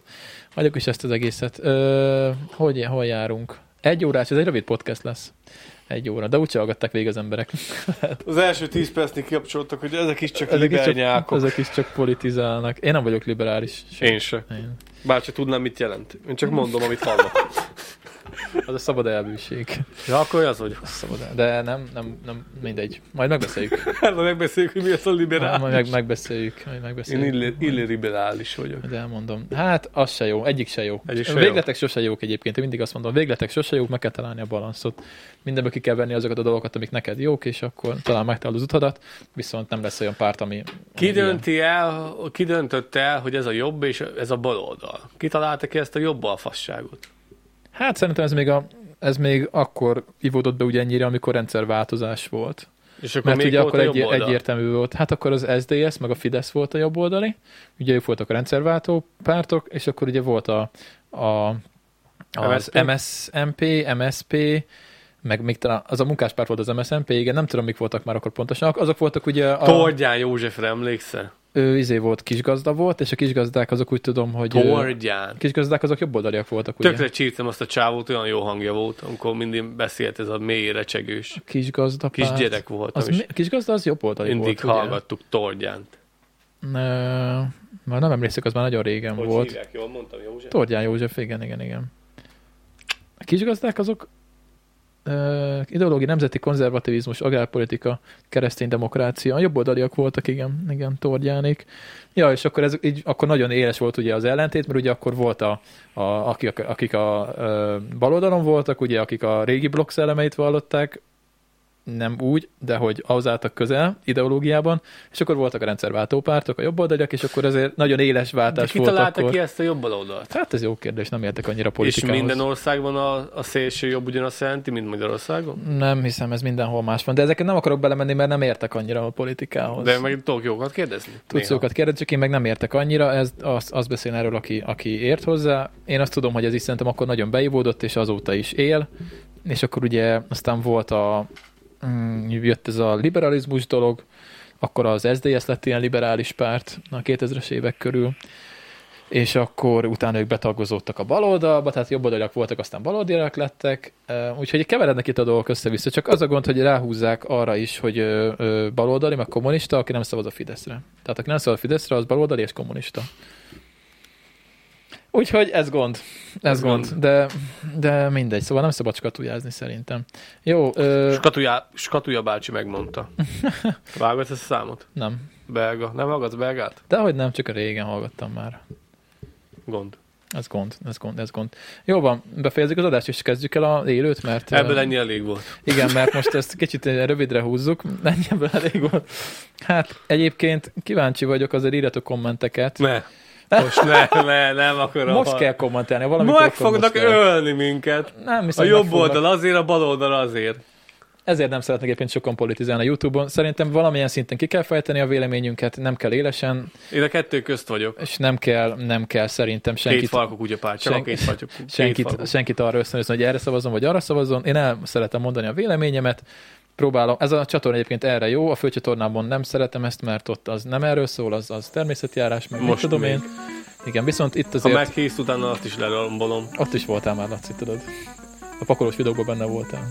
Speaker 1: hagyjuk is ezt az egészet. Ö, hogy, hol járunk? Egy órás, ez egy rövid podcast lesz. Egy óra, de úgyse hallgatták végig az [laughs] emberek.
Speaker 2: Az első tíz percnél kikapcsoltak, hogy ezek is csak
Speaker 1: Ezek is, csak, ezek is csak politizálnak. Én nem vagyok liberális. Sem.
Speaker 2: Én se.
Speaker 1: Én.
Speaker 2: Bár se tudnám, mit jelent. Én csak mondom, amit hallok.
Speaker 1: Az a szabad elbűség.
Speaker 2: Ja, akkor az vagyok.
Speaker 1: Az szabad el... De nem, nem, nem, mindegy. Majd megbeszéljük. [laughs]
Speaker 2: Erre megbeszéljük, hogy mi az a liberális.
Speaker 1: Majd meg, megbeszéljük. Majd
Speaker 2: Én
Speaker 1: megbeszéljük.
Speaker 2: illi- illiberális vagyok.
Speaker 1: De elmondom. Hát, az se jó. Egyik se jó.
Speaker 2: Egyik se
Speaker 1: a
Speaker 2: jó.
Speaker 1: végletek sose jók egyébként. Én mindig azt mondom, a végletek sose jók, meg kell találni a balanszot. Mindenbe ki kell venni azokat a dolgokat, amik neked jók, és akkor talán megtalálod az utadat, viszont nem lesz olyan párt, ami...
Speaker 2: Ki,
Speaker 1: ami ilyen.
Speaker 2: dönti el, ki döntött el, hogy ez a jobb és ez a bal oldal? Ki találta ki ezt a jobb alfasságot?
Speaker 1: Hát szerintem ez még, a, ez még akkor ivódott be ugye ennyire, amikor rendszerváltozás volt.
Speaker 2: És akkor
Speaker 1: Mert
Speaker 2: még
Speaker 1: ugye
Speaker 2: volt
Speaker 1: akkor
Speaker 2: a jobb
Speaker 1: egy,
Speaker 2: oldal?
Speaker 1: egyértelmű volt. Hát akkor az SZDSZ, meg a Fidesz volt a jobb oldali, ugye ők voltak a rendszerváltó pártok, és akkor ugye volt a, a az
Speaker 2: MSZP?
Speaker 1: MSMP, MSP, meg még talán az a munkáspárt volt az MSMP, igen, nem tudom, mik voltak már akkor pontosan. Azok voltak ugye a...
Speaker 2: Tordján Józsefre emlékszel?
Speaker 1: Ő izé volt, kisgazda volt, és a kisgazdák azok úgy tudom, hogy... ö,
Speaker 2: Tordján.
Speaker 1: Kisgazdák azok jobboldaliak voltak, ugye?
Speaker 2: Tökre csírtam azt a csávót, olyan jó hangja volt, amikor mindig beszélt ez a mély recsegős.
Speaker 1: Kisgazda párt.
Speaker 2: Kisgyerek voltam,
Speaker 1: Hát, Az
Speaker 2: és
Speaker 1: mi, a kisgazda az jobboldali
Speaker 2: mindig
Speaker 1: volt,
Speaker 2: hallgattuk Tordjánt.
Speaker 1: Ugye? Ö, már nem emlékszek, az már nagyon régen
Speaker 2: Hogy
Speaker 1: volt.
Speaker 2: hívják? Jól mondtam, József?
Speaker 1: Tordján József, igen, igen, igen. A kisgazdák azok ö, ideológia, nemzeti konzervativizmus, agrárpolitika, keresztény demokrácia, a jobboldaliak voltak, igen, igen, Tordjánék. Ja, és akkor, ez, így, akkor nagyon éles volt ugye az ellentét, mert ugye akkor volt a, a akik, akik a ö, baloldalon voltak, ugye akik a régi blokk szellemeit vallották, nem úgy, de hogy ahhoz álltak közel ideológiában, és akkor voltak a rendszerváltó pártok, a jobboldaliak, és akkor azért nagyon éles
Speaker 2: De
Speaker 1: váltás
Speaker 2: ki
Speaker 1: Hát volt
Speaker 2: találta
Speaker 1: akkor.
Speaker 2: ki ezt a jobb oldalt?
Speaker 1: Hát ez jó kérdés, nem értek annyira
Speaker 2: És
Speaker 1: politikához.
Speaker 2: minden országban a, a szélső jobb ugyanazt jelenti, mint Magyarországon?
Speaker 1: Nem hiszem, ez mindenhol más van, de ezeket nem akarok belemenni, mert nem értek annyira a politikához.
Speaker 2: De meg tudok jókat kérdezni.
Speaker 1: Tudsz
Speaker 2: Néha.
Speaker 1: jókat kérdezni, csak én meg nem értek annyira, ez, az, az beszél erről, aki, aki ért hozzá. Én azt tudom, hogy ez is szerintem akkor nagyon beivódott, és azóta is él. És akkor ugye aztán volt a, mm, jött ez a liberalizmus dolog, akkor az SZDSZ lett ilyen liberális párt a 2000-es évek körül. és akkor utána ők betagozódtak a baloldalba, tehát jobboldaliak voltak, aztán baloldaliak lettek, Ö, úgyhogy keverednek itt a dolgok össze-vissza, csak az a gond, hogy ráhúzzák arra is, hogy ö, ö, baloldali, meg kommunista, aki nem szavaz a Fideszre. Tehát aki nem szavaz a Fideszre, az baloldali és kommunista. Úgyhogy ez gond, ez, ez
Speaker 2: Ez
Speaker 1: gond, gond. De, de mindegy, szóval nem szabad skatujázni szerintem. Jó, ö,
Speaker 2: Skatuja, Skatuja
Speaker 1: [laughs]
Speaker 2: bácsi megmondta. Vágod ezt a számot?
Speaker 1: nem,
Speaker 2: Belga. Nem hallgatsz belgát?
Speaker 1: de hogy nem, csak a régen hallgattam már.
Speaker 2: Gond.
Speaker 1: Ez gond, ez gond, ez gond. Jó van, befejezzük az adást, és kezdjük el a élőt, mert... ö,
Speaker 2: Ebből ennyi elég volt.
Speaker 1: Igen, mert most ezt kicsit rövidre húzzuk, ennyi ebből elég volt. Hát egyébként kíváncsi vagyok, azért írjatok kommenteket.
Speaker 2: Ne. Most ne, ne, nem akarom.
Speaker 1: Most kell kommentelni, valamikor
Speaker 2: Meg
Speaker 1: akkor most
Speaker 2: fognak
Speaker 1: kell.
Speaker 2: ölni minket.
Speaker 1: Nem
Speaker 2: A
Speaker 1: hiszem, meg
Speaker 2: jobb
Speaker 1: fognak.
Speaker 2: oldal azért, a bal oldal azért.
Speaker 1: Ezért nem szeretnék egyébként sokan politizálni a YouTube-on. Szerintem valamilyen szinten ki kell fejteni a véleményünket, nem kell élesen,
Speaker 2: Én a kettő közt vagyok.
Speaker 1: és nem kell, nem kell szerintem
Speaker 2: Két
Speaker 1: senkit,
Speaker 2: falkok kutyapárt, csak a
Speaker 1: senki-
Speaker 2: két falkok. két
Speaker 1: senkit,
Speaker 2: falkok.
Speaker 1: senkit arra ösztönözni, hogy erre szavazzon, vagy arra szavazzon. Én el szeretem mondani a véleményemet, próbálom. Ez a csatorna egyébként erre jó, a főcsatornámon nem szeretem ezt, mert ott az nem erről szól, az, az természetjárás, meg Most
Speaker 2: Most
Speaker 1: tudom
Speaker 2: még.
Speaker 1: én. Igen, viszont itt
Speaker 2: Ha
Speaker 1: azért, meg...
Speaker 2: megkész, utána azt is lerombolom.
Speaker 1: ott is voltál már, Laci, tudod. A pakolós videókban benne voltál.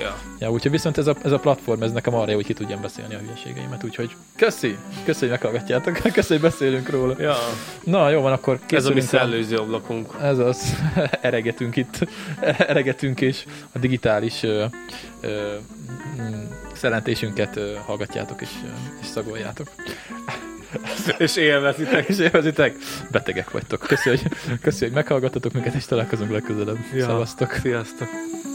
Speaker 2: Ja.
Speaker 1: Ja, úgyhogy viszont ez a, ez a platform, ez nekem arra jó, hogy ki tudjam beszélni a hülyeségeimet, úgyhogy köszi, köszi, hogy meghallgatjátok, [laughs] köszi, hogy beszélünk róla.
Speaker 2: ja.
Speaker 1: Na, jó van, akkor
Speaker 2: Ez a mi
Speaker 1: készülünk el.
Speaker 2: szellőző ablakunk.
Speaker 1: Ez az, [laughs] eregetünk itt, [laughs] eregetünk és a digitális ö, ö, mm, szerentésünket ö, hallgatjátok és, ö, és szagoljátok. [laughs]
Speaker 2: És élvezitek.
Speaker 1: És élvezitek, betegek vagytok. Köszi, hogy, köszi, hogy meghallgattatok minket, és találkozunk legközelebb. Ja.
Speaker 2: Ja.
Speaker 1: Szevasztok!
Speaker 2: Sziasztok.